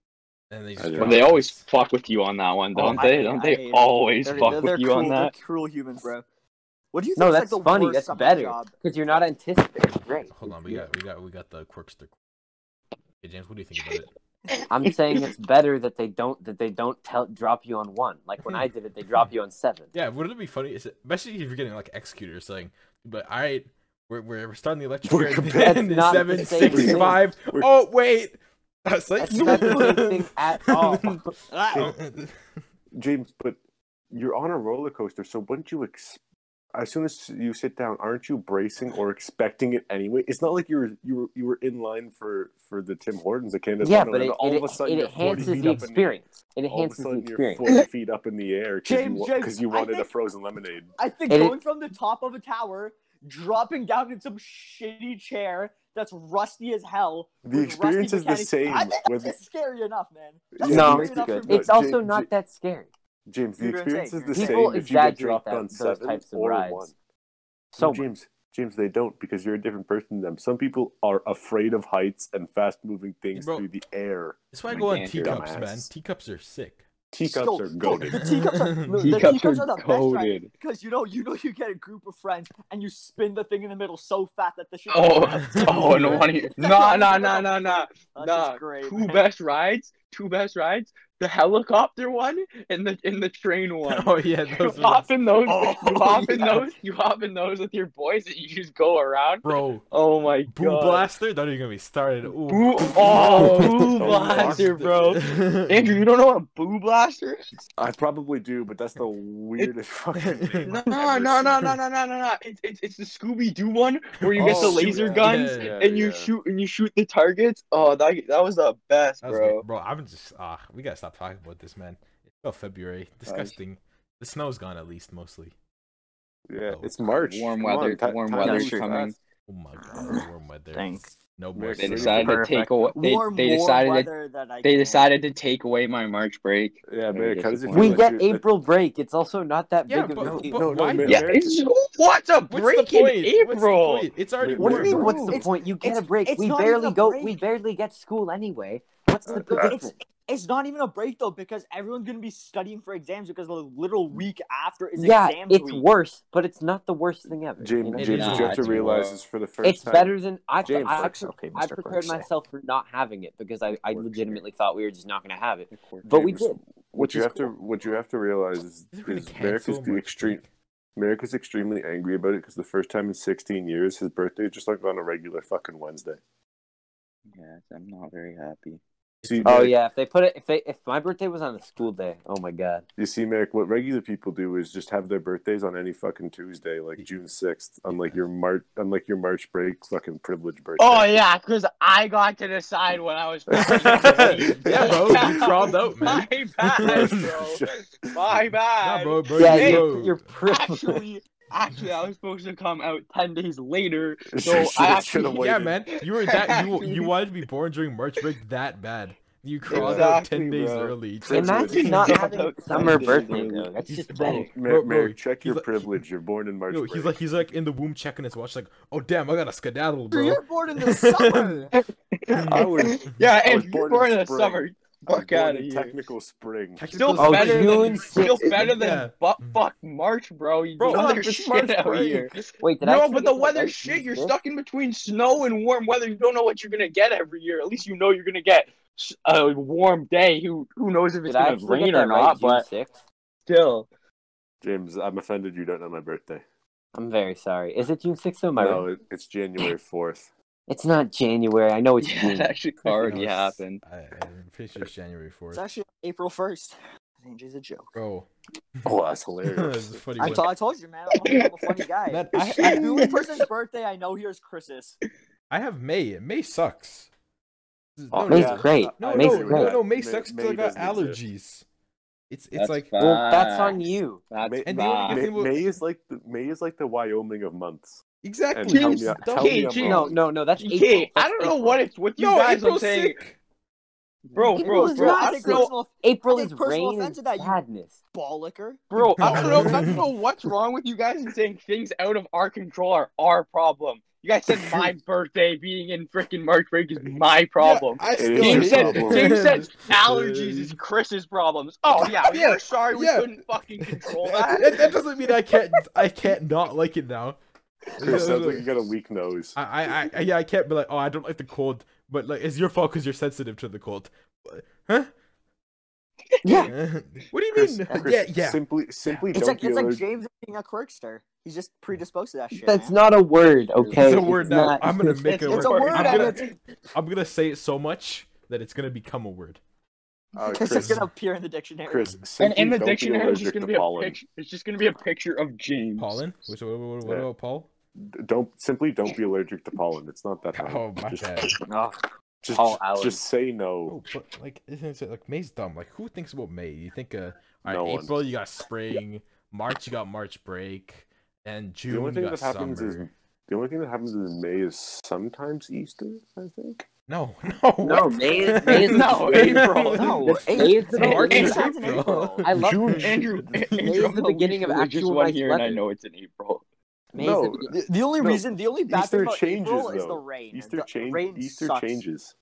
Speaker 3: And they
Speaker 2: I
Speaker 3: just
Speaker 2: do.
Speaker 4: Well, they always fuck with you on that one,
Speaker 5: Oh,
Speaker 4: don't
Speaker 5: I
Speaker 4: they?
Speaker 5: hate-
Speaker 4: Don't
Speaker 5: I hate
Speaker 4: they
Speaker 5: it.
Speaker 4: always
Speaker 5: They're,
Speaker 4: fuck
Speaker 5: they're,
Speaker 4: with
Speaker 5: they're
Speaker 4: you
Speaker 5: cruel,
Speaker 4: on that?
Speaker 5: They're cruel humans, bro. What do you think?
Speaker 1: No,
Speaker 5: is,
Speaker 1: that's
Speaker 5: like, the
Speaker 1: funny.
Speaker 5: worst
Speaker 1: That's
Speaker 5: summer
Speaker 1: better.
Speaker 5: Job?
Speaker 1: because you're not anticipating. Great.
Speaker 3: hold on, we got we got we got the quirks. The... Hey, James, what do you think about it?
Speaker 1: I'm saying it's better that they don't that they don't tell drop you on one. Like when I did it, they drop you on seven.
Speaker 3: Yeah, wouldn't it be funny? Is it, especially if you're getting like executors saying, "But all right, we're we're, we're starting the electric
Speaker 2: We're
Speaker 3: chair
Speaker 2: compa-
Speaker 1: That's
Speaker 3: in 10,
Speaker 1: not the
Speaker 3: seven,
Speaker 1: same
Speaker 3: six,
Speaker 2: thing.
Speaker 3: five.
Speaker 2: We're-
Speaker 3: Oh wait, I was like,
Speaker 1: That's not the same thing at all.
Speaker 5: Ah,
Speaker 2: James, but you're on a roller coaster, so wouldn't you ex- as soon as you sit down, aren't you bracing or expecting it anyway? It's not like you were you were you were in line for for the Tim Hortons at Canada's.
Speaker 1: yeah,
Speaker 2: Wonderland,
Speaker 1: but it,
Speaker 2: and all
Speaker 1: it,
Speaker 2: of a sudden
Speaker 1: it
Speaker 2: you're 40
Speaker 1: enhances
Speaker 2: feet
Speaker 1: the
Speaker 2: up in
Speaker 1: experience. It
Speaker 2: all of a
Speaker 1: enhances the
Speaker 2: sudden you're
Speaker 1: experience.
Speaker 2: 40 feet up in the air because you,
Speaker 5: James,
Speaker 2: wa-
Speaker 5: James,
Speaker 2: 'cause you
Speaker 5: I
Speaker 2: wanted
Speaker 5: think-
Speaker 2: a frozen lemonade.
Speaker 5: I think
Speaker 1: And it-
Speaker 5: going from the top of a tower, dropping down in some shitty chair that's rusty as hell.
Speaker 2: The
Speaker 5: with rusty
Speaker 2: experience is the
Speaker 5: mechanics-
Speaker 2: same.
Speaker 5: I think that's
Speaker 2: with
Speaker 5: just scary enough, man. That's
Speaker 2: Yeah,
Speaker 1: no,
Speaker 5: scary
Speaker 2: it's
Speaker 5: enough
Speaker 2: good.
Speaker 5: for me.
Speaker 2: But
Speaker 1: It's also
Speaker 2: J-
Speaker 1: not
Speaker 2: J-
Speaker 1: that scary.
Speaker 2: James, the
Speaker 5: You're insane.
Speaker 2: experience is the
Speaker 1: People
Speaker 2: same if you get
Speaker 1: exaggerate
Speaker 2: dropped
Speaker 1: that,
Speaker 2: on
Speaker 1: those
Speaker 2: seven
Speaker 1: types of
Speaker 2: or
Speaker 1: rides.
Speaker 2: one.
Speaker 1: So
Speaker 2: No, James, James, they don't because you're a different person than them. Some people are afraid of heights and fast moving things
Speaker 3: Bro.
Speaker 2: through the air.
Speaker 3: That's why I
Speaker 4: My
Speaker 3: go on
Speaker 4: gander.
Speaker 3: teacups, man.
Speaker 2: Dumbass.
Speaker 3: Teacups are sick.
Speaker 2: Teacups
Speaker 5: Yo,
Speaker 2: are
Speaker 5: yo,
Speaker 2: goaded.
Speaker 5: Teacups are, no, the
Speaker 4: Teacups
Speaker 5: teacups
Speaker 4: are
Speaker 5: are the best ride
Speaker 4: goated.
Speaker 5: because you know you know you get a group of friends and you spin the thing in the middle so fast that the shit.
Speaker 4: Oh, oh, no one here. Nah, nah, nah, nah, nah.
Speaker 5: That's
Speaker 4: nah.
Speaker 5: just great.
Speaker 4: Two
Speaker 5: man.
Speaker 4: best rides, two best rides. The helicopter one and the and the train one.
Speaker 3: Oh yeah,
Speaker 4: You
Speaker 3: those are
Speaker 4: hop in those,
Speaker 3: Oh,
Speaker 4: you hop in
Speaker 3: yeah.
Speaker 4: those, you hop in those with your boys, and you just go around.
Speaker 3: bro.
Speaker 4: Oh my
Speaker 3: Boo
Speaker 4: god!
Speaker 3: blaster, don't even get me started. Ooh.
Speaker 4: Boo- oh, boo
Speaker 2: Oh,
Speaker 4: blaster, bro. Andrew, you
Speaker 3: Andrew,
Speaker 4: don't know what a boo blaster is?
Speaker 2: I probably do, but that's the weirdest fucking thing.
Speaker 4: No,
Speaker 2: I've
Speaker 4: no,
Speaker 2: ever
Speaker 4: no,
Speaker 2: seen.
Speaker 4: no, no, no, no, no. It's it's, it's the Scooby Doo one where you get the
Speaker 3: Oh,
Speaker 4: laser
Speaker 2: yeah,
Speaker 4: guns
Speaker 3: yeah,
Speaker 2: yeah,
Speaker 4: and you
Speaker 2: yeah.
Speaker 4: shoot and you shoot the targets. Oh, that that was the best,
Speaker 3: That was
Speaker 4: bro.
Speaker 3: good. bro, I'm just ah, we gotta stop talking about this, man. It's still February. Disgusting. The snow's gone at least mostly.
Speaker 2: Yeah,
Speaker 3: Oh,
Speaker 2: it's March.
Speaker 4: warm
Speaker 2: Come
Speaker 4: weather-
Speaker 2: on, ti-
Speaker 4: warm
Speaker 2: time
Speaker 1: weather's
Speaker 2: moves
Speaker 4: coming.
Speaker 2: fast.
Speaker 3: Oh my god, the warm weather.
Speaker 5: Thanks.
Speaker 3: No more.
Speaker 2: Merry
Speaker 4: They
Speaker 2: Really
Speaker 3: snow.
Speaker 4: decided to
Speaker 1: perfect.
Speaker 4: take away. They,
Speaker 5: Warm,
Speaker 4: they
Speaker 5: warm
Speaker 4: decided to,
Speaker 5: weather that I
Speaker 4: they
Speaker 5: can't.
Speaker 4: decided to take away my March break.
Speaker 2: Yeah,
Speaker 4: Very
Speaker 2: man, how does it
Speaker 4: disappointing.
Speaker 1: we
Speaker 2: feel?
Speaker 1: get
Speaker 2: like you're-
Speaker 1: April break. It's also not that
Speaker 3: Yeah,
Speaker 1: big
Speaker 3: but,
Speaker 1: of a
Speaker 2: no,
Speaker 1: deal.
Speaker 3: but
Speaker 2: uh, no,
Speaker 3: why?
Speaker 2: man.
Speaker 4: Yeah,
Speaker 2: Very
Speaker 4: it's what's a
Speaker 3: What's
Speaker 4: break
Speaker 3: the point?
Speaker 4: in
Speaker 3: What's the
Speaker 4: April?
Speaker 3: point? It's already.
Speaker 1: What do you
Speaker 2: We're
Speaker 1: mean?
Speaker 2: broke.
Speaker 1: What's the
Speaker 5: It's-
Speaker 1: point? You get a
Speaker 5: it's-
Speaker 1: break.
Speaker 5: it's
Speaker 1: We
Speaker 5: not even
Speaker 1: barely
Speaker 5: a
Speaker 1: go.
Speaker 5: break.
Speaker 1: We barely get school anyway. What's the big
Speaker 2: Uh,
Speaker 1: difference?
Speaker 5: It's not even a break though because everyone's gonna be studying for exams because the little week after is
Speaker 1: yeah,
Speaker 5: exams
Speaker 1: it's
Speaker 5: week.
Speaker 1: worse, but it's not the worst thing ever. you
Speaker 2: James,
Speaker 1: know?
Speaker 3: It
Speaker 2: James,
Speaker 3: is
Speaker 2: what you have to
Speaker 4: not,
Speaker 2: realize
Speaker 4: bro.
Speaker 2: is for the first
Speaker 1: It's
Speaker 2: time.
Speaker 1: beir than I.
Speaker 2: James
Speaker 1: I,
Speaker 2: Clerk's
Speaker 1: actually-
Speaker 8: okay,
Speaker 1: I
Speaker 8: Mr.
Speaker 1: prepared
Speaker 8: Clerk's.
Speaker 1: myself for not having it because I, I
Speaker 2: Clerk's
Speaker 1: legitimately thought we were just not going to have it. But
Speaker 2: James,
Speaker 1: we did.
Speaker 2: What
Speaker 1: which
Speaker 2: you
Speaker 1: is
Speaker 2: have to what you have to realize is,
Speaker 3: They're gonna
Speaker 2: is
Speaker 3: cancel
Speaker 2: America's the
Speaker 3: March
Speaker 2: extreme.
Speaker 3: break.
Speaker 2: America's extremely angry about it because the first time in 16 years, his birthday is just like on a regular fucking Wednesday.
Speaker 4: Yes, I'm not very happy.
Speaker 2: See,
Speaker 1: Oh
Speaker 2: Merrick-
Speaker 1: yeah, if they put it, if they, if my birthday was on a school day, oh my god.
Speaker 2: You see, Merrick, what regular people do is just have their birthdays on any fucking Tuesday, like June 6th, unlike your March, unlike your March break fucking privileged birthday.
Speaker 4: Oh yeah, because I got to decide when I was.
Speaker 2: Yeah,
Speaker 3: bro, you crawled out, man.
Speaker 4: My bad, bro. My
Speaker 3: Nah,
Speaker 4: bad.
Speaker 3: bro, bro,
Speaker 1: yeah,
Speaker 4: hey,
Speaker 1: you're,
Speaker 3: bro.
Speaker 1: you're privileged.
Speaker 4: Actually, actually, I was supposed to come out ten days later, so I
Speaker 2: Should've
Speaker 4: actually
Speaker 2: waited.
Speaker 3: yeah, man. You were that you you wanted to be born during March break that bad. You crawled out ten
Speaker 4: Exactly,
Speaker 3: days
Speaker 4: bro.
Speaker 3: early. to-
Speaker 1: Imagine not
Speaker 4: Privileged.
Speaker 1: having a
Speaker 4: Outside
Speaker 1: summer
Speaker 4: day,
Speaker 1: birthday
Speaker 4: dude.
Speaker 1: though. That's just
Speaker 3: Bro,
Speaker 1: better.
Speaker 2: Mer-
Speaker 3: bro, bro,
Speaker 2: Merrick, check
Speaker 3: he's
Speaker 2: your
Speaker 3: like-
Speaker 2: privilege. You're born in March
Speaker 3: Yo,
Speaker 2: break.
Speaker 3: he's like he's like in the womb checking his watch, like, oh damn, I got a skedaddle,
Speaker 5: Bro,
Speaker 3: bro.
Speaker 5: You're born in the summer.
Speaker 2: I was-
Speaker 4: yeah,
Speaker 2: I was
Speaker 4: and you're
Speaker 2: born
Speaker 4: born
Speaker 2: in
Speaker 4: in the
Speaker 2: spring.
Speaker 4: summer.
Speaker 2: I was
Speaker 4: Fuck
Speaker 2: born
Speaker 4: out of
Speaker 2: in
Speaker 4: here.
Speaker 2: Technical spring.
Speaker 4: Still
Speaker 1: Oh,
Speaker 4: better
Speaker 1: June
Speaker 4: than still
Speaker 1: 6th.
Speaker 4: better than
Speaker 3: Yeah.
Speaker 4: butt fuck March, bro. You
Speaker 3: Bro,
Speaker 4: bro,
Speaker 2: no,
Speaker 4: other
Speaker 2: it's
Speaker 4: shit
Speaker 2: March
Speaker 4: out
Speaker 2: break.
Speaker 4: here.
Speaker 1: Wait, did I?
Speaker 4: No,
Speaker 1: actually
Speaker 4: but the
Speaker 1: get
Speaker 4: weather
Speaker 1: right
Speaker 4: shit. You're
Speaker 1: Tuesday?
Speaker 4: stuck in between snow and warm weather. You don't know what you're gonna get every year. At least you know you're gonna get s- a warm day. Who who knows if it's
Speaker 1: Did I
Speaker 4: gonna
Speaker 1: actually get
Speaker 4: rain
Speaker 1: that right?
Speaker 4: or
Speaker 1: June
Speaker 4: not? But
Speaker 1: sixth.
Speaker 4: still,
Speaker 2: James, I'm offended you don't know my birthday.
Speaker 1: I'm very sorry. Is it June sixth or am I
Speaker 2: no,
Speaker 1: right?
Speaker 2: it, it's January 4th.
Speaker 1: It's not January. I know it's
Speaker 4: yeah,
Speaker 1: June.
Speaker 4: it actually already
Speaker 3: No, it's-
Speaker 4: happened.
Speaker 3: I, I'm pretty sure it's January
Speaker 5: It's
Speaker 3: fourth.
Speaker 5: actually April first. Andrew's a joke.
Speaker 3: Bro,
Speaker 2: Oh, that's
Speaker 3: this is
Speaker 2: hilarious.
Speaker 3: a funny
Speaker 5: I,
Speaker 3: one.
Speaker 5: t- I told you, man. I'm a funny guy.
Speaker 3: Man, I,
Speaker 5: The
Speaker 3: I,
Speaker 5: only person's birthday I know here is Chris's.
Speaker 3: I have May. May sucks.
Speaker 2: Oh,
Speaker 3: no,
Speaker 1: May's
Speaker 2: yeah.
Speaker 1: great.
Speaker 3: no,
Speaker 2: I
Speaker 3: no,
Speaker 1: May's
Speaker 2: agree
Speaker 3: no,
Speaker 2: with
Speaker 1: great.
Speaker 3: no,
Speaker 2: that.
Speaker 3: May
Speaker 2: May-
Speaker 3: sucks
Speaker 2: May
Speaker 3: because I got
Speaker 2: doesn't
Speaker 3: allergies.
Speaker 2: exist.
Speaker 3: It's it's
Speaker 4: That's
Speaker 3: like
Speaker 1: Well, that's on
Speaker 4: facts.
Speaker 1: you.
Speaker 4: That's
Speaker 2: Ma-
Speaker 3: And the only
Speaker 4: facts.
Speaker 3: good
Speaker 2: May,
Speaker 3: thing about-
Speaker 2: May is like the, May is like the Wyoming of months. And
Speaker 3: exactly.
Speaker 2: tell
Speaker 3: it's
Speaker 2: me,
Speaker 4: Jeez,
Speaker 2: tell
Speaker 3: dumb.
Speaker 2: me
Speaker 4: Jeez.
Speaker 2: I'm
Speaker 1: No,
Speaker 2: wrong.
Speaker 1: no, no. That's
Speaker 4: You
Speaker 1: April.
Speaker 4: can't- I
Speaker 1: That's
Speaker 4: don't know
Speaker 1: April.
Speaker 4: what it's with you
Speaker 3: Yo,
Speaker 4: guys. I'm
Speaker 3: April's
Speaker 4: saying,
Speaker 3: sick.
Speaker 4: bro,
Speaker 1: April
Speaker 4: bro,
Speaker 1: is
Speaker 4: bro.
Speaker 1: not
Speaker 4: I
Speaker 1: sick.
Speaker 4: don't know.
Speaker 1: April
Speaker 5: I take
Speaker 1: is
Speaker 5: personal
Speaker 1: rain and
Speaker 5: offense to that, you-
Speaker 1: sadness.
Speaker 5: Ball liquor.
Speaker 4: Bro, I don't know. I don't know what's wrong with you guys in saying things out of our control are our problem. You You guys said my birthday being in freaking March break is my problem.
Speaker 3: I
Speaker 2: still-
Speaker 4: James
Speaker 2: is
Speaker 4: said,
Speaker 2: a problem.
Speaker 4: James said allergies is Chris's problems. Oh yeah, we
Speaker 3: Yeah,
Speaker 4: were sorry we
Speaker 3: yeah.
Speaker 4: couldn't fucking control
Speaker 3: that,
Speaker 4: that.
Speaker 3: that- that doesn't mean I can't. I can't not like it now.
Speaker 2: Chris, sounds like you got a weak nose.
Speaker 3: I, I, I, yeah, I can't be like, oh, I don't like the cold, but like, it's your fault because you're sensitive to the cold. Huh?
Speaker 9: Yeah.
Speaker 3: what do you
Speaker 2: Chris,
Speaker 3: mean?
Speaker 2: Chris,
Speaker 3: yeah, yeah.
Speaker 2: Simply, simply
Speaker 5: It's
Speaker 2: don't
Speaker 5: like
Speaker 2: be
Speaker 5: it's like
Speaker 2: allergic.
Speaker 5: James being a quirkster. He's just predisposed to that shit.
Speaker 1: That's
Speaker 5: man.
Speaker 1: not a word, okay?
Speaker 3: it's a word now.
Speaker 1: not-
Speaker 3: I'm gonna make it.
Speaker 5: it's a word
Speaker 3: I'm
Speaker 5: and
Speaker 3: gonna,
Speaker 5: it's-
Speaker 3: I'm gonna say it so much that it's gonna become a word.
Speaker 2: Uh,
Speaker 5: It's
Speaker 2: Chris,
Speaker 5: just gonna appear in the dictionary.
Speaker 2: Chris,
Speaker 4: And
Speaker 2: simply
Speaker 4: in the
Speaker 2: don't be
Speaker 4: dictionary, it's
Speaker 2: allergic
Speaker 4: just gonna
Speaker 2: to
Speaker 4: be a
Speaker 2: pollen.
Speaker 4: picture. It's just gonna be a picture of James.
Speaker 3: Pollen. Which, what, what, what
Speaker 2: Yeah.
Speaker 3: about Paul?
Speaker 2: Don't simply don't be allergic to pollen. It's not that hard.
Speaker 3: Oh my
Speaker 2: just,
Speaker 3: god.
Speaker 1: Oh,
Speaker 2: Just,
Speaker 1: Paul
Speaker 2: just,
Speaker 1: Allen.
Speaker 2: say no.
Speaker 3: Oh, but like, isn't it like May's dumb? Like, who thinks about May? You think uh, all right,
Speaker 2: No one.
Speaker 3: April you got spring, March you got March break, and June
Speaker 2: the only thing
Speaker 3: you got
Speaker 2: that happens
Speaker 3: summer.
Speaker 2: is the only thing that happens in May is sometimes Easter. I think.
Speaker 3: No, no,
Speaker 1: no,
Speaker 3: what?
Speaker 1: May is, May is
Speaker 4: No,
Speaker 1: the beginning-
Speaker 4: April.
Speaker 1: No, May is the
Speaker 4: April.
Speaker 1: March
Speaker 4: April.
Speaker 1: is April. I love
Speaker 2: June-
Speaker 4: Andrew,
Speaker 1: May
Speaker 4: Andrew,
Speaker 1: is the beginning of
Speaker 4: I literally just
Speaker 1: actual
Speaker 4: went
Speaker 1: nice
Speaker 4: here, and I
Speaker 1: weather.
Speaker 4: know it's in April.
Speaker 1: May is the
Speaker 2: no,
Speaker 1: beginning.
Speaker 5: The, the only
Speaker 2: No,
Speaker 5: reason, the only bad
Speaker 2: Easter
Speaker 5: thing about
Speaker 2: changes,
Speaker 5: April is
Speaker 2: though.
Speaker 5: the rain.
Speaker 2: Easter
Speaker 5: The
Speaker 2: change.
Speaker 5: rain
Speaker 2: Easter
Speaker 5: sucks.
Speaker 2: changes.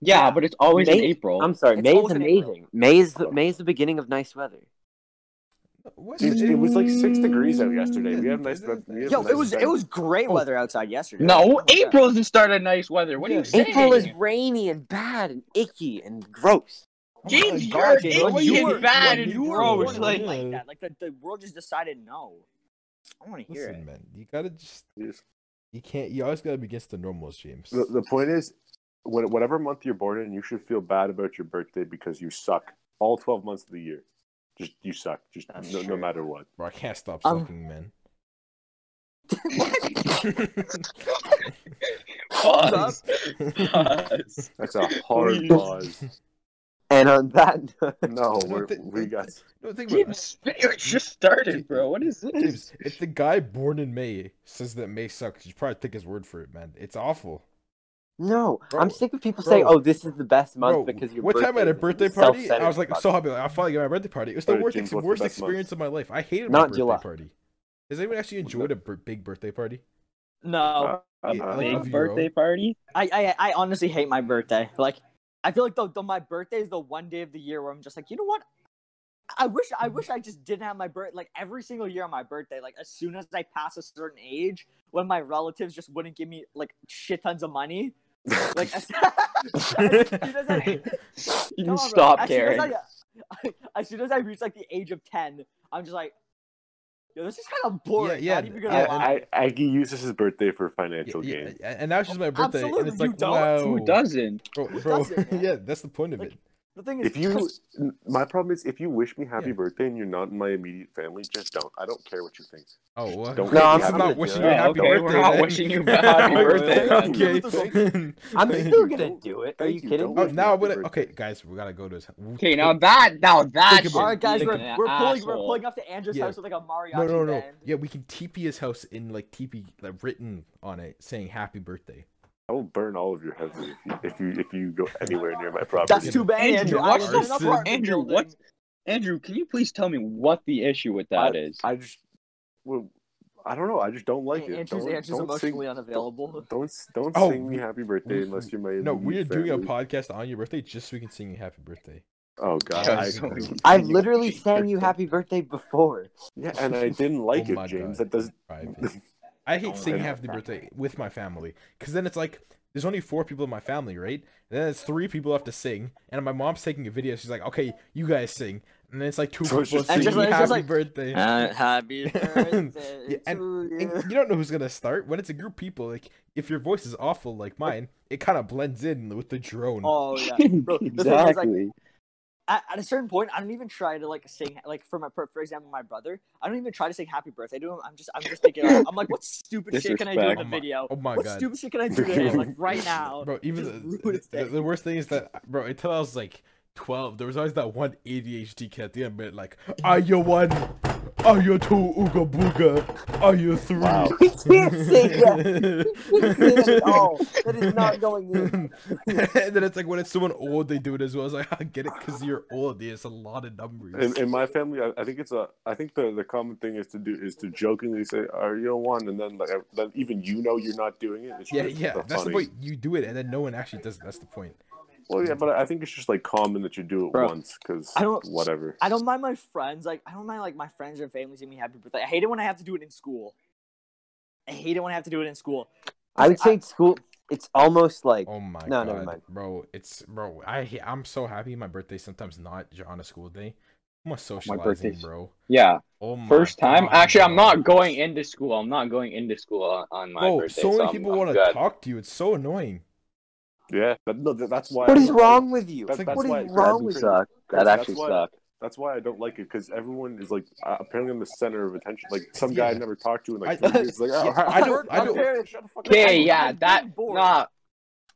Speaker 4: Yeah, but it's always in
Speaker 1: May-
Speaker 4: April.
Speaker 1: I'm sorry.
Speaker 5: It's
Speaker 1: May is
Speaker 5: always in April.
Speaker 1: amazing. May is the May is the beginning of nice weather.
Speaker 3: What?
Speaker 2: Dude, it was like six degrees out yesterday. We had nice weather- we had
Speaker 5: Yo,
Speaker 2: nice
Speaker 5: it was
Speaker 2: sun.
Speaker 5: it was great
Speaker 3: Oh.
Speaker 5: weather outside yesterday.
Speaker 4: No,
Speaker 5: Oh my God.
Speaker 4: April is the start of nice weather. What are you saying?
Speaker 1: April is rainy and bad and icky and gross.
Speaker 4: James,
Speaker 5: Oh God,
Speaker 4: you're
Speaker 5: James, when
Speaker 4: icky
Speaker 5: you
Speaker 4: and
Speaker 5: were-
Speaker 4: bad
Speaker 5: when
Speaker 4: and
Speaker 5: you were
Speaker 4: gross.
Speaker 5: born,
Speaker 4: Like,
Speaker 5: it was like that. Like the, the world just decided no. I want to hear
Speaker 3: Listen,
Speaker 5: it.
Speaker 3: man, you gotta just
Speaker 2: Yes.
Speaker 3: you can't. You always gotta be against the normals, James.
Speaker 2: The, the point is, what, whatever month you're born in, you should feel bad about your birthday because you suck all 12 months of the year. Just you suck. Just
Speaker 5: That's
Speaker 2: no, no
Speaker 5: true.
Speaker 2: matter what.
Speaker 3: Bro, I can't stop
Speaker 5: Um,
Speaker 3: sucking, man.
Speaker 4: pause. Pause.
Speaker 2: That's a hard
Speaker 4: Please.
Speaker 2: pause.
Speaker 1: And on that note,
Speaker 2: No,
Speaker 3: I
Speaker 2: we're,
Speaker 3: don't think-
Speaker 2: we got
Speaker 3: no, think about it.
Speaker 4: James, it just started, bro. What is this?
Speaker 3: James, if the guy born in May says that May sucks, you probably take his word for it, man. It's awful.
Speaker 1: no,
Speaker 3: Bro,
Speaker 1: I'm sick of people
Speaker 3: bro,
Speaker 1: saying, "Oh, this is the best month
Speaker 3: Bro,
Speaker 1: because your
Speaker 3: one time at a birthday
Speaker 1: birthday is
Speaker 3: party, I
Speaker 1: self-centered
Speaker 3: was like
Speaker 1: about
Speaker 3: so
Speaker 1: it."
Speaker 3: happy. Like, I finally got my birthday party. It was the
Speaker 2: Alright,
Speaker 3: worst,
Speaker 2: James,
Speaker 3: ex-
Speaker 2: what's the
Speaker 3: worst
Speaker 2: best
Speaker 3: experience of my life. I hated my
Speaker 1: Not
Speaker 3: birthday
Speaker 1: July.
Speaker 3: party. Has anyone actually enjoyed a bir- big birthday party?
Speaker 5: No,
Speaker 3: Yeah,
Speaker 2: uh,
Speaker 3: I love
Speaker 4: Big
Speaker 3: you, bro.
Speaker 4: birthday party?
Speaker 5: I, I I honestly hate my birthday. Like, I feel like the, the my birthday is the one day of the year where I'm just like, you know what? I wish I wish I just didn't have my birth. Like every single year on my birthday, like as soon as I pass a certain age, when my relatives just wouldn't give me like shit tons of money, like as, as soon as I-
Speaker 4: You
Speaker 5: Come on, bro.
Speaker 4: stop
Speaker 5: as
Speaker 4: caring.
Speaker 5: Soon as, I, as soon as I reach like the age of ten, I'm just like, yo, this is kind of boring.
Speaker 3: Yeah, yeah,
Speaker 5: Yeah, Not even gonna
Speaker 3: yeah,
Speaker 5: lie.
Speaker 2: I, Aggie uses his birthday for financial
Speaker 3: Yeah,
Speaker 2: gain.
Speaker 3: yeah, and that was just my birthday, and
Speaker 5: absolutely,
Speaker 3: it's like,
Speaker 5: you don't.
Speaker 3: wow,
Speaker 4: Who doesn't?
Speaker 3: bro,
Speaker 5: Who
Speaker 3: bro,
Speaker 5: doesn't, man?
Speaker 3: yeah, that's the point of
Speaker 5: Like,
Speaker 3: it.
Speaker 5: the thing is,
Speaker 2: If you, my problem is, if you wish me happy
Speaker 3: Yeah.
Speaker 2: birthday and you're not in my immediate family, just don't. I don't care what you think.
Speaker 3: Oh, well,
Speaker 2: Don't really
Speaker 3: no, I'm
Speaker 2: have
Speaker 3: not
Speaker 2: it,
Speaker 3: wishing
Speaker 2: yeah.
Speaker 3: you a
Speaker 2: Yeah,
Speaker 3: happy
Speaker 2: okay,
Speaker 3: birthday.
Speaker 4: we're not
Speaker 3: then.
Speaker 4: wishing you a happy birthday,
Speaker 2: man.
Speaker 3: okay,
Speaker 1: I'm still gonna
Speaker 2: Don't-
Speaker 1: do it. Are
Speaker 2: thank
Speaker 1: you
Speaker 2: you,
Speaker 1: kidding?
Speaker 2: don't.
Speaker 3: Oh,
Speaker 2: wish me
Speaker 3: now I'm
Speaker 2: happy
Speaker 3: gonna.
Speaker 2: birthday.
Speaker 3: Okay, guys, we gotta go to his.
Speaker 4: Okay, now that now
Speaker 3: Think
Speaker 4: that's
Speaker 3: about it.
Speaker 5: all right, guys, we're,
Speaker 4: being an
Speaker 5: we're pulling we're
Speaker 4: asshole.
Speaker 5: pulling up to Andrew's
Speaker 3: Yeah.
Speaker 5: house with like a mariachi
Speaker 3: No, no, no.
Speaker 5: band.
Speaker 3: Yeah, we can TP his house in like TP like written on it saying "Happy Birthday."
Speaker 2: I will burn all of your houses if you if you, if you go anywhere near my property.
Speaker 5: That's too bad,
Speaker 4: Andrew,
Speaker 5: Andrew. I
Speaker 4: what
Speaker 5: live
Speaker 3: the
Speaker 5: in an
Speaker 3: fuck-
Speaker 5: apartment
Speaker 4: Andrew,
Speaker 5: building.
Speaker 4: what- Andrew, can you please tell me what the issue with that is?
Speaker 2: I just, well, I don't know. I just don't like
Speaker 5: An-
Speaker 2: it.
Speaker 5: Andrew's,
Speaker 2: don't,
Speaker 5: Andrew's
Speaker 2: don't
Speaker 5: emotionally
Speaker 2: sing,
Speaker 5: unavailable.
Speaker 2: Don't don't
Speaker 3: Oh,
Speaker 2: sing me happy birthday
Speaker 3: we-
Speaker 2: unless you're my.
Speaker 3: No, we are
Speaker 2: immediate
Speaker 3: doing a
Speaker 2: family.
Speaker 3: podcast on your birthday just so we can sing you "Happy Birthday."
Speaker 2: Oh god,
Speaker 3: Yeah,
Speaker 2: I
Speaker 3: so-
Speaker 2: agree.
Speaker 1: I've literally sang you happy birthday before.
Speaker 2: Yeah, and I didn't like
Speaker 3: oh
Speaker 2: it,
Speaker 3: my
Speaker 2: James.
Speaker 3: God.
Speaker 2: That does.
Speaker 3: Private.
Speaker 2: Oh
Speaker 3: I hate singing "Happy Birthday" with my family because then it's like there's only four people in my family, right? And then it's three people who have to sing, and my mom's taking a video. She's like, "Okay, you guys sing," and then it's like two
Speaker 2: So it's
Speaker 3: people
Speaker 2: just-
Speaker 3: singing
Speaker 2: And just like- uh,
Speaker 5: it's
Speaker 3: "Happy
Speaker 5: just like-
Speaker 3: Birthday."
Speaker 1: happy
Speaker 3: Uh, birthday Yeah, and-
Speaker 5: to
Speaker 3: And
Speaker 5: you.
Speaker 3: you don't know who's gonna start when it's a group of people. Like if your voice is awful like mine, it kind of blends in with the drone.
Speaker 5: Oh yeah. Bro, the thing is, like,
Speaker 4: exactly.
Speaker 5: at, at a certain point, I don't even try to like sing like for my for for example my brother. I don't even try to sing happy birthday to him. I'm just I'm just thinking like, I'm like what stupid shit can I do in
Speaker 4: Disrespect.
Speaker 5: the
Speaker 3: Oh my-
Speaker 5: video?
Speaker 3: oh my
Speaker 5: what
Speaker 3: god,
Speaker 5: stupid shit can I do to him like right now?
Speaker 3: bro!
Speaker 5: just
Speaker 3: Even the,
Speaker 5: ruined his
Speaker 3: the,
Speaker 5: day.
Speaker 3: the worst thing is that, bro. Until I was like twelve, there was always that one ADHD kid at the end, but like, are you one? Are you two ooga booga? Are you three?
Speaker 2: Wow.
Speaker 5: We can't say that. We can't say that at all. That is not going in.
Speaker 3: and then it's like when it's someone old, they do it as well. It's like I get it because you're old. There's a lot of numbers.
Speaker 2: In, in my family, I, I think it's a. I think the, the common thing is to do is to jokingly say "Are you one?" and then like I- then even you know you're not doing it. It's
Speaker 3: yeah,
Speaker 2: just
Speaker 3: yeah,
Speaker 2: so
Speaker 3: that's the
Speaker 2: funny.
Speaker 3: point. You do it, and then no one actually does. It. That's the point.
Speaker 2: Well, yeah, but I think it's just like common that you do it
Speaker 5: Bro,
Speaker 2: once because
Speaker 5: I don't-
Speaker 2: whatever.
Speaker 5: I don't mind my friends. Like I don't mind like my friends or family singing me happy birthday. I hate it when I have to do it in school. I hate it when I have to do it in school.
Speaker 1: I would say it's school. It's almost like
Speaker 3: Oh my
Speaker 1: No,
Speaker 3: god,
Speaker 1: never mind.
Speaker 3: bro! It's bro. I ha- I'm so happy my birthday's sometimes not j- on a school day. I'm a socializing,
Speaker 4: Oh, birthday's-
Speaker 3: bro.
Speaker 4: Yeah,
Speaker 3: Oh my
Speaker 4: first time.
Speaker 3: God,
Speaker 4: Actually, I'm
Speaker 3: bro.
Speaker 4: not going into school. I'm not going into school on, on my
Speaker 3: Bro,
Speaker 4: birthday.
Speaker 3: so many
Speaker 4: I'm-
Speaker 3: people
Speaker 4: I'm
Speaker 3: want to
Speaker 4: good.
Speaker 3: talk to you. It's so annoying.
Speaker 2: Yeah, that, no, that, that's why.
Speaker 1: what
Speaker 2: I
Speaker 1: is
Speaker 2: don't like
Speaker 1: wrong with you?
Speaker 2: That-
Speaker 3: that's
Speaker 1: what
Speaker 2: why
Speaker 1: is wrong
Speaker 2: it drives me
Speaker 1: with
Speaker 2: crazy.
Speaker 1: you? That
Speaker 2: That's
Speaker 1: actually
Speaker 2: why-
Speaker 1: sucked.
Speaker 2: it. That's why I don't like it because everyone is like uh, apparently I'm the center of attention. Like some guy I
Speaker 3: Yeah.
Speaker 2: never talked to in like
Speaker 3: I-
Speaker 2: three years. Like oh,
Speaker 3: Yeah,
Speaker 2: hi-
Speaker 3: I don't. I don't.
Speaker 5: Parents-
Speaker 4: Okay, yeah,
Speaker 5: I'm
Speaker 4: that
Speaker 5: being bored.
Speaker 4: nah,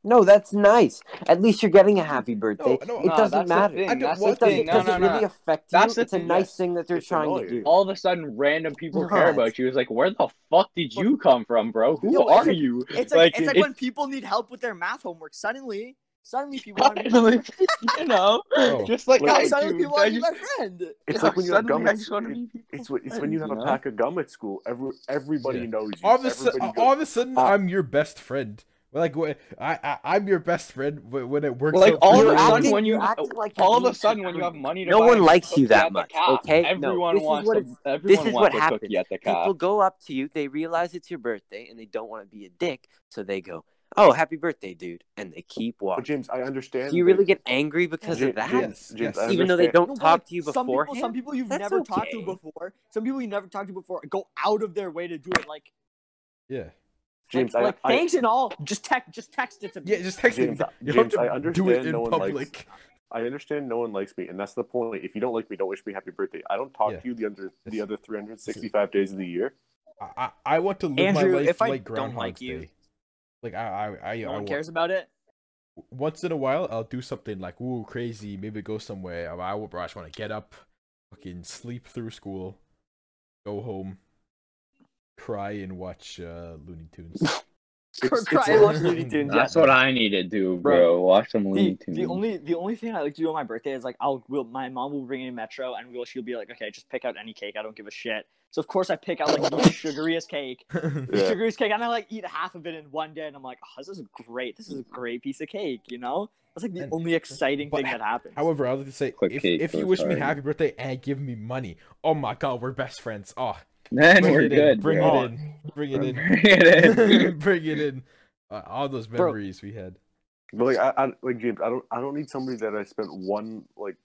Speaker 1: No, that's nice. At least you're getting a happy birthday.
Speaker 3: no, uh,
Speaker 1: it
Speaker 4: nah,
Speaker 1: doesn't
Speaker 4: that's the
Speaker 1: matter.
Speaker 4: thing,
Speaker 3: I don't
Speaker 4: That's the
Speaker 3: want
Speaker 1: It doesn't,
Speaker 4: thing. No,
Speaker 1: does
Speaker 4: no,
Speaker 1: it
Speaker 4: no.
Speaker 1: really affect you?
Speaker 4: That's the
Speaker 1: it's a
Speaker 4: thing,
Speaker 1: nice
Speaker 4: yes.
Speaker 1: thing that they're
Speaker 2: It's
Speaker 1: trying
Speaker 2: annoying.
Speaker 1: to do.
Speaker 4: all of a sudden random people care
Speaker 1: What?
Speaker 4: about you. It's like, where the fuck did you come from, bro? Who
Speaker 5: Yo, it's
Speaker 4: are
Speaker 5: like-
Speaker 4: you?
Speaker 5: It's like,
Speaker 4: Like,
Speaker 5: it's like
Speaker 4: it-
Speaker 5: when people need help with their math homework. Suddenly, suddenly people want to be my,
Speaker 4: Finally, you know,
Speaker 3: Bro.
Speaker 4: just Oh, like
Speaker 2: Like,
Speaker 4: I
Speaker 5: suddenly
Speaker 4: do.
Speaker 5: people want
Speaker 4: I
Speaker 5: to be
Speaker 4: just,
Speaker 5: my friend.
Speaker 2: It's
Speaker 4: Yeah,
Speaker 2: like when you have
Speaker 4: suddenly
Speaker 2: gum.
Speaker 4: I
Speaker 2: At,
Speaker 4: just wanna
Speaker 2: it-
Speaker 4: be
Speaker 2: it's when- it's when you have
Speaker 4: friends,
Speaker 2: a
Speaker 4: you know?
Speaker 2: pack of gum at school. Every everybody
Speaker 3: Yeah.
Speaker 2: knows you.
Speaker 3: all of a sudden,
Speaker 2: Everybody goes,
Speaker 3: all of a sudden,
Speaker 2: Uh,
Speaker 3: I'm your best friend. Like wh- I, I, I'm your best friend wh- when it works.
Speaker 4: Like,
Speaker 3: out
Speaker 4: all
Speaker 3: for
Speaker 4: of a
Speaker 3: you.
Speaker 4: sudden, when you oh,
Speaker 1: you're acting like you're
Speaker 4: all of
Speaker 1: being
Speaker 4: a sudden when you have
Speaker 1: superior.
Speaker 4: money to
Speaker 1: No
Speaker 4: buy
Speaker 1: one
Speaker 4: a
Speaker 1: likes
Speaker 4: cookie
Speaker 1: you that
Speaker 4: at the
Speaker 1: much,
Speaker 4: cap,
Speaker 1: okay? No,
Speaker 4: everyone
Speaker 1: this is
Speaker 4: wants
Speaker 1: what
Speaker 4: a,
Speaker 1: it's-
Speaker 4: everyone
Speaker 1: is
Speaker 4: wants
Speaker 1: what
Speaker 4: a
Speaker 1: happens.
Speaker 4: cookie at the
Speaker 1: People
Speaker 4: cap.
Speaker 1: go up to you, they realize it's your birthday, and they don't want to be a dick, so they go, "Oh, happy birthday, dude," and they keep
Speaker 2: but
Speaker 1: walking.
Speaker 2: "Oh, James, I understand.
Speaker 1: Do you
Speaker 2: that-
Speaker 1: really get angry because
Speaker 2: Ja-
Speaker 1: of that?
Speaker 2: James,
Speaker 3: Yes,
Speaker 2: James,
Speaker 3: yes.
Speaker 2: I
Speaker 1: Even though they
Speaker 2: understand-
Speaker 1: don't
Speaker 5: No,
Speaker 1: talk
Speaker 5: but
Speaker 1: to you
Speaker 5: some people,
Speaker 1: beforehand.
Speaker 5: some people you've
Speaker 1: That's
Speaker 5: never talked to
Speaker 1: okay.
Speaker 5: before. Some people you never talked to before go out of their way to do it. Like,
Speaker 3: Yeah,
Speaker 2: James, I,
Speaker 5: like
Speaker 2: I,
Speaker 5: thanks and all. Just text, just text it to me.
Speaker 3: yeah. Just text
Speaker 2: James,
Speaker 3: me.
Speaker 2: I-
Speaker 3: You
Speaker 2: James,
Speaker 3: have to
Speaker 2: I
Speaker 3: do it
Speaker 2: understand
Speaker 3: in
Speaker 2: no one likes-
Speaker 3: public.
Speaker 2: I understand no one likes me, and that's the point. If you don't like me, don't wish me happy birthday. I don't talk
Speaker 3: Yeah.
Speaker 2: to you the under the
Speaker 3: Yes.
Speaker 2: other 365 days of the year.
Speaker 3: I, I, I want to live
Speaker 5: Andrew,
Speaker 3: my life
Speaker 5: if I
Speaker 3: like
Speaker 5: don't
Speaker 3: Groundhog's
Speaker 5: like you-
Speaker 3: Day. Like I, I, I, I
Speaker 5: No one
Speaker 3: want-
Speaker 5: cares about it.
Speaker 3: once in a while I'll do something like ooh crazy, maybe go somewhere. I, I will bro, I just want to get up, fucking sleep through school, go home, cry and watch uh, Looney Tunes.
Speaker 2: It's- it's
Speaker 5: Cry and watch Looney
Speaker 3: Nah,
Speaker 5: Tunes.
Speaker 4: That's what I need to do, bro.
Speaker 5: Bro,
Speaker 4: Watch some Looney
Speaker 5: The,
Speaker 4: Tunes.
Speaker 5: the only the only thing I like to do on my birthday is like I'll will my mom will bring in Metro and we'll she'll be like okay just pick out any cake I don't give a shit so of course I pick out like the sugariest cake the
Speaker 2: Yeah.
Speaker 5: sugariest cake and I like eat half of it in one day and I'm like oh, this is great this is a great piece of cake you know that's like the
Speaker 3: And-
Speaker 5: only exciting
Speaker 3: but
Speaker 5: thing that happens
Speaker 3: However, I would like to say
Speaker 4: Quick
Speaker 3: if,
Speaker 4: cake
Speaker 3: if you
Speaker 4: for
Speaker 3: wish me
Speaker 4: Atari.
Speaker 3: happy birthday and give me money, oh my god, we're best friends. Oh,
Speaker 4: Then
Speaker 3: bring
Speaker 4: we're
Speaker 3: it
Speaker 4: good.
Speaker 3: in, bring
Speaker 4: bro.
Speaker 3: it in, bring it in,
Speaker 4: Bring it in.
Speaker 3: bring it in. Uh, all those
Speaker 5: Bro.
Speaker 3: memories we had.
Speaker 2: But like, I, I, like James, I don't, I don't need somebody that I spent one like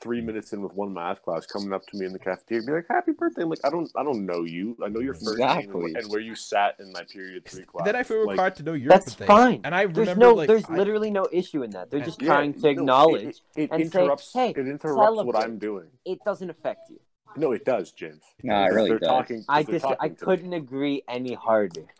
Speaker 2: three minutes in with one math class coming up to me in the cafeteria, and be like, "Happy birthday!" I'm like, I don't, I don't know you. I know your first name and
Speaker 4: Exactly.
Speaker 2: wh- and where you sat in my period three class.
Speaker 3: Then I feel
Speaker 2: Like,
Speaker 3: required to know your
Speaker 1: That's
Speaker 3: birthday,
Speaker 1: fine.
Speaker 3: And I
Speaker 1: There's
Speaker 3: remember
Speaker 1: no,
Speaker 3: like
Speaker 1: there's
Speaker 3: I-
Speaker 1: literally no issue in that. They're
Speaker 3: I-
Speaker 1: just
Speaker 2: yeah,
Speaker 1: trying
Speaker 2: no,
Speaker 1: to
Speaker 2: it-
Speaker 1: acknowledge it,
Speaker 2: It, it
Speaker 1: and say,
Speaker 2: interrupts.
Speaker 1: "Hey,
Speaker 2: it interrupts what
Speaker 1: celebrate."
Speaker 2: I'm doing.
Speaker 1: doesn't affect you.
Speaker 2: No, it does, James.
Speaker 4: Nah, it
Speaker 2: Because
Speaker 4: really
Speaker 2: they're
Speaker 4: does.
Speaker 2: Talking, because
Speaker 1: I
Speaker 2: they're
Speaker 1: just, I
Speaker 2: talking to me.
Speaker 1: couldn't agree any harder.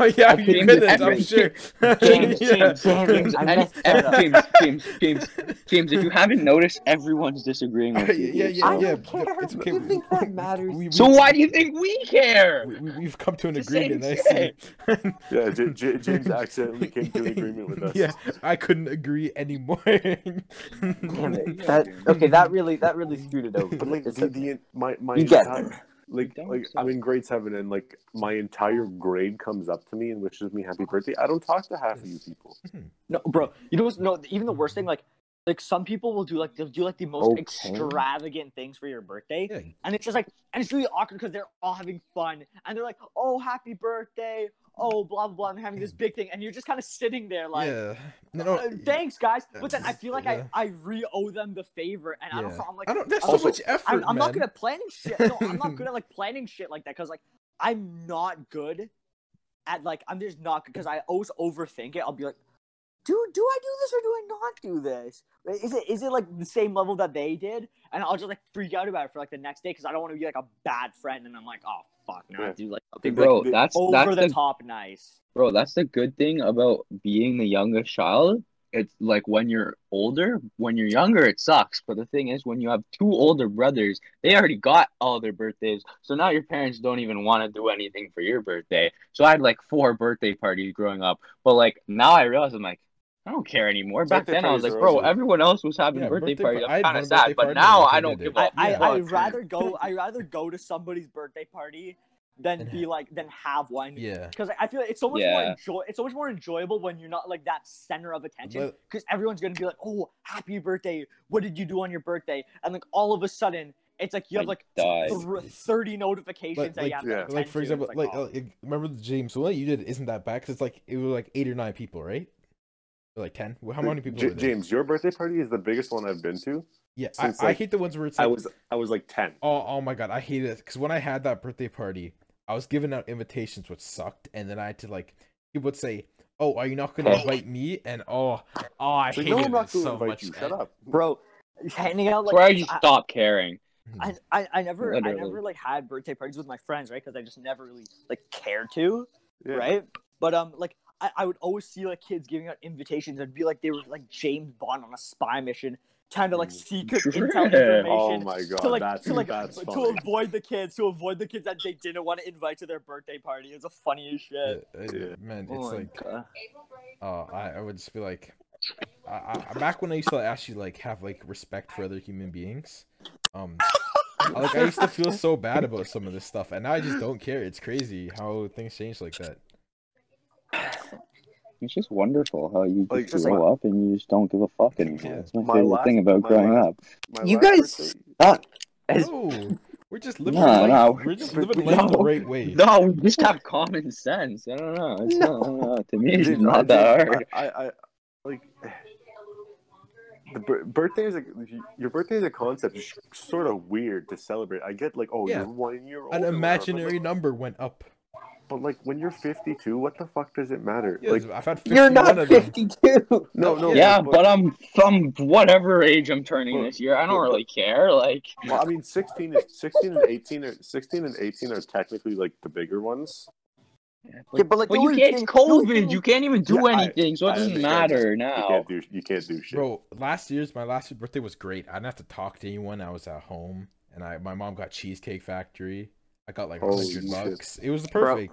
Speaker 3: Oh yeah,
Speaker 1: I
Speaker 3: you
Speaker 1: couldn't
Speaker 3: couldn't. I'm
Speaker 4: even-
Speaker 3: sure.
Speaker 4: James,
Speaker 3: Yeah.
Speaker 4: James,
Speaker 1: Damn
Speaker 4: James,
Speaker 1: it, I
Speaker 4: and-
Speaker 1: messed that up.
Speaker 4: James, James, James, James. If you haven't noticed, everyone's disagreeing
Speaker 3: yeah,
Speaker 4: with you.
Speaker 3: yeah,
Speaker 4: dude,
Speaker 3: yeah,
Speaker 4: so-
Speaker 3: yeah.
Speaker 1: don't care.
Speaker 3: but It's
Speaker 1: Do
Speaker 3: okay.
Speaker 1: you
Speaker 3: we-
Speaker 1: think that
Speaker 3: we-
Speaker 1: matters?
Speaker 3: we-
Speaker 4: So
Speaker 3: we-
Speaker 4: why do you think we care?
Speaker 3: We, we, we've come to an
Speaker 4: It's the same
Speaker 3: agreement. I see.
Speaker 4: shit.
Speaker 2: Yeah, J- J- James accidentally came to an agreement with us.
Speaker 3: Yeah, I couldn't agree anymore. Damn
Speaker 1: Damn it.
Speaker 4: Yeah,
Speaker 1: That,
Speaker 4: dude.
Speaker 1: okay, that really, that really screwed it over.
Speaker 2: But like the,
Speaker 1: It's okay.
Speaker 2: the my my
Speaker 1: You get
Speaker 2: entire- like
Speaker 4: Don't
Speaker 2: like
Speaker 4: suck.
Speaker 2: I'm in grade seven and like my entire grade comes up to me and wishes me happy birthday. I don't talk to half of you people.
Speaker 5: no bro you know what's no even the worst thing like like some people will do like they'll do like the most
Speaker 1: Okay.
Speaker 5: extravagant things for your birthday
Speaker 3: Yeah,
Speaker 5: And it's just like, and it's really awkward because they're all having fun and they're like, oh, happy birthday. Oh, blah, blah, blah. I'm having this big thing. And you're just kind of sitting there like,
Speaker 3: yeah. No,
Speaker 5: "Uh,
Speaker 3: no,
Speaker 5: thanks, guys. But then I
Speaker 3: That's-
Speaker 5: feel like
Speaker 3: yeah.
Speaker 5: I, I re owe them the favor. And I don't
Speaker 3: Yeah.
Speaker 5: know. I'm like,
Speaker 3: I don't. That's
Speaker 5: Also,
Speaker 3: so much effort,
Speaker 5: I'm, I'm not
Speaker 3: man.
Speaker 5: good at planning shit. No, I'm not good at like planning shit like that because like I'm not good at like, I'm just not good because I always overthink it. I'll be like, Dude, do I do this or do I not do this? Is it is it like the same level that they did? And I'll just like freak out about it for like the next day because I don't want to be like a bad friend. And I'm like, oh fuck, no, I
Speaker 2: Yeah.
Speaker 5: do like something like,
Speaker 4: Bro, that's
Speaker 5: over
Speaker 4: that's
Speaker 5: the,
Speaker 4: the
Speaker 5: top nice.
Speaker 4: bro. That's the good thing about being the youngest child it's like when you're older, when you're younger, it sucks. But the thing is, when you have two older brothers, they already got all their birthdays. So now your parents don't even want to do anything for your birthday. So I had like four birthday parties growing up. But like now I realize I'm like, I don't care anymore.
Speaker 2: It's like
Speaker 4: Back
Speaker 2: they
Speaker 4: then I was
Speaker 2: praise their
Speaker 4: like, bro,
Speaker 2: own-
Speaker 4: everyone else was having
Speaker 3: Yeah,
Speaker 4: birthday,
Speaker 3: birthday
Speaker 4: parties.
Speaker 3: par- I had
Speaker 4: kind of
Speaker 3: one
Speaker 4: sad,
Speaker 3: birthday
Speaker 4: but
Speaker 3: party
Speaker 4: now
Speaker 3: and
Speaker 4: I
Speaker 3: I
Speaker 4: don't
Speaker 3: hated
Speaker 4: give
Speaker 3: it.
Speaker 4: a
Speaker 3: Yeah.
Speaker 4: fuck.
Speaker 5: I, I I'd rather go. I rather go to somebody's birthday party than
Speaker 3: And
Speaker 5: be like than have one.
Speaker 3: Yeah.
Speaker 5: Because I feel like it's so much more
Speaker 4: Yeah.
Speaker 5: enjoy. It's so much more enjoyable when you're not like that center of attention.
Speaker 3: But-
Speaker 5: Because everyone's gonna be like, "Oh, happy birthday! What did you do on your birthday?" And like all of a sudden, it's like you have
Speaker 4: I
Speaker 5: like
Speaker 4: died.
Speaker 5: thr- thirty notifications
Speaker 3: But,
Speaker 5: that
Speaker 3: like,
Speaker 5: you have
Speaker 2: yeah.
Speaker 5: to
Speaker 2: Like,
Speaker 5: attend
Speaker 3: Like for
Speaker 5: to. It's
Speaker 3: example, like,
Speaker 5: oh.
Speaker 3: uh, like, remember the James the one you did isn't that bad because it's like it was like eight or nine people, right? Or like ten. How many people?
Speaker 2: J-
Speaker 3: were there?
Speaker 2: James, your birthday party is the biggest one I've been to.
Speaker 3: Yeah, I,
Speaker 2: since,
Speaker 3: I
Speaker 2: like,
Speaker 3: hate the ones where it's like,
Speaker 2: I was I was like ten.
Speaker 3: oh, oh my god, I hate it because when I had that birthday party, I was giving out invitations, which sucked, and then I had to like people would say, "Oh, are you not going to invite me?" And oh, oh, I
Speaker 2: It's like,
Speaker 3: hated
Speaker 2: no, I'm not
Speaker 3: it
Speaker 2: going to
Speaker 3: so
Speaker 2: invite
Speaker 3: much.
Speaker 2: you. Shut
Speaker 3: and-
Speaker 2: up.
Speaker 5: bro, handing out
Speaker 4: It's
Speaker 5: like
Speaker 4: where I just
Speaker 5: I-
Speaker 4: stopped caring.
Speaker 3: Hmm. Uh,
Speaker 5: I, I, I never I
Speaker 4: Literally.
Speaker 5: never like had birthday parties with my friends, right? Because I just never really like cared to,
Speaker 2: Yeah.
Speaker 5: right? But um, like I, I would always see like kids giving out invitations. It'd be like they were like James Bond on a spy mission, trying to like secret intel
Speaker 4: Yeah.
Speaker 5: information.
Speaker 2: Mm. Oh my god,
Speaker 5: to like,
Speaker 2: that's
Speaker 5: to, like
Speaker 2: that's
Speaker 5: to
Speaker 2: funny.
Speaker 5: avoid the kids, to avoid the kids that they didn't want to invite to their birthday party. It was funny as
Speaker 3: Yeah,
Speaker 5: shit.
Speaker 3: uh,
Speaker 2: Yeah.
Speaker 3: man,
Speaker 5: Oh
Speaker 3: it's
Speaker 5: my
Speaker 3: like,
Speaker 5: God.
Speaker 3: uh, I, I would just be like, I, I, back when I used to actually like have like respect for other human beings, um, I- like I used to feel so bad about some of this stuff, and now I just don't care. It's crazy how things change like that.
Speaker 4: It's just wonderful how you
Speaker 2: Like,
Speaker 4: just
Speaker 2: just
Speaker 4: grow up and you just don't give a fuck anymore.
Speaker 3: Yeah.
Speaker 4: That's my,
Speaker 2: My
Speaker 4: favorite
Speaker 2: last-
Speaker 4: thing about
Speaker 2: my
Speaker 4: growing
Speaker 2: last-
Speaker 4: up.
Speaker 2: My
Speaker 1: You
Speaker 2: last
Speaker 1: guys-
Speaker 2: birthday-
Speaker 1: As-
Speaker 3: No, we're just living
Speaker 4: No,
Speaker 3: life.
Speaker 4: no,
Speaker 3: We're just
Speaker 2: we-
Speaker 3: living
Speaker 2: we-
Speaker 3: life the
Speaker 4: no,
Speaker 3: right way.
Speaker 4: No, we just have common sense. I don't know. It's
Speaker 1: No.
Speaker 4: not, I don't know. To me, it's
Speaker 2: James, I-
Speaker 4: not that
Speaker 2: James,
Speaker 4: hard.
Speaker 2: I, I, I like the bir- birthday is a, your birthday is a concept. It's sort of weird to celebrate. I get like, oh,
Speaker 3: Yeah.
Speaker 2: you're one year old.
Speaker 3: An
Speaker 2: or whatever,
Speaker 3: imaginary
Speaker 2: But like,
Speaker 3: number went up.
Speaker 2: but, like, when you're 52, what the fuck does it matter?
Speaker 3: Yeah,
Speaker 2: like
Speaker 3: I've had 51
Speaker 1: You're not
Speaker 3: of them.
Speaker 1: 52.
Speaker 2: no, no.
Speaker 4: yeah,
Speaker 2: but,
Speaker 4: but, I'm from whatever age I'm turning
Speaker 2: But-
Speaker 4: this year. I don't
Speaker 2: but-
Speaker 4: really care. Like,
Speaker 2: well, I mean, 16 is 16 and 18 are 16 and 18 are technically like the bigger ones.
Speaker 1: Yeah, but like,
Speaker 4: well,
Speaker 1: the
Speaker 4: you
Speaker 1: only
Speaker 4: can't. It's
Speaker 1: thing-
Speaker 4: COVID. You can't even do
Speaker 2: Yeah, I-
Speaker 4: anything, so it
Speaker 2: I
Speaker 4: doesn't
Speaker 2: understand that.
Speaker 4: matter
Speaker 2: You
Speaker 4: now.
Speaker 2: can't do you can't do shit.
Speaker 3: Bro, last year's my last year's birthday was great. I didn't have to talk to anyone. I was at home, and I my mom got Cheesecake Factory. I got like a
Speaker 2: Holy
Speaker 3: hundred
Speaker 2: shit.
Speaker 3: bucks. It was perfect.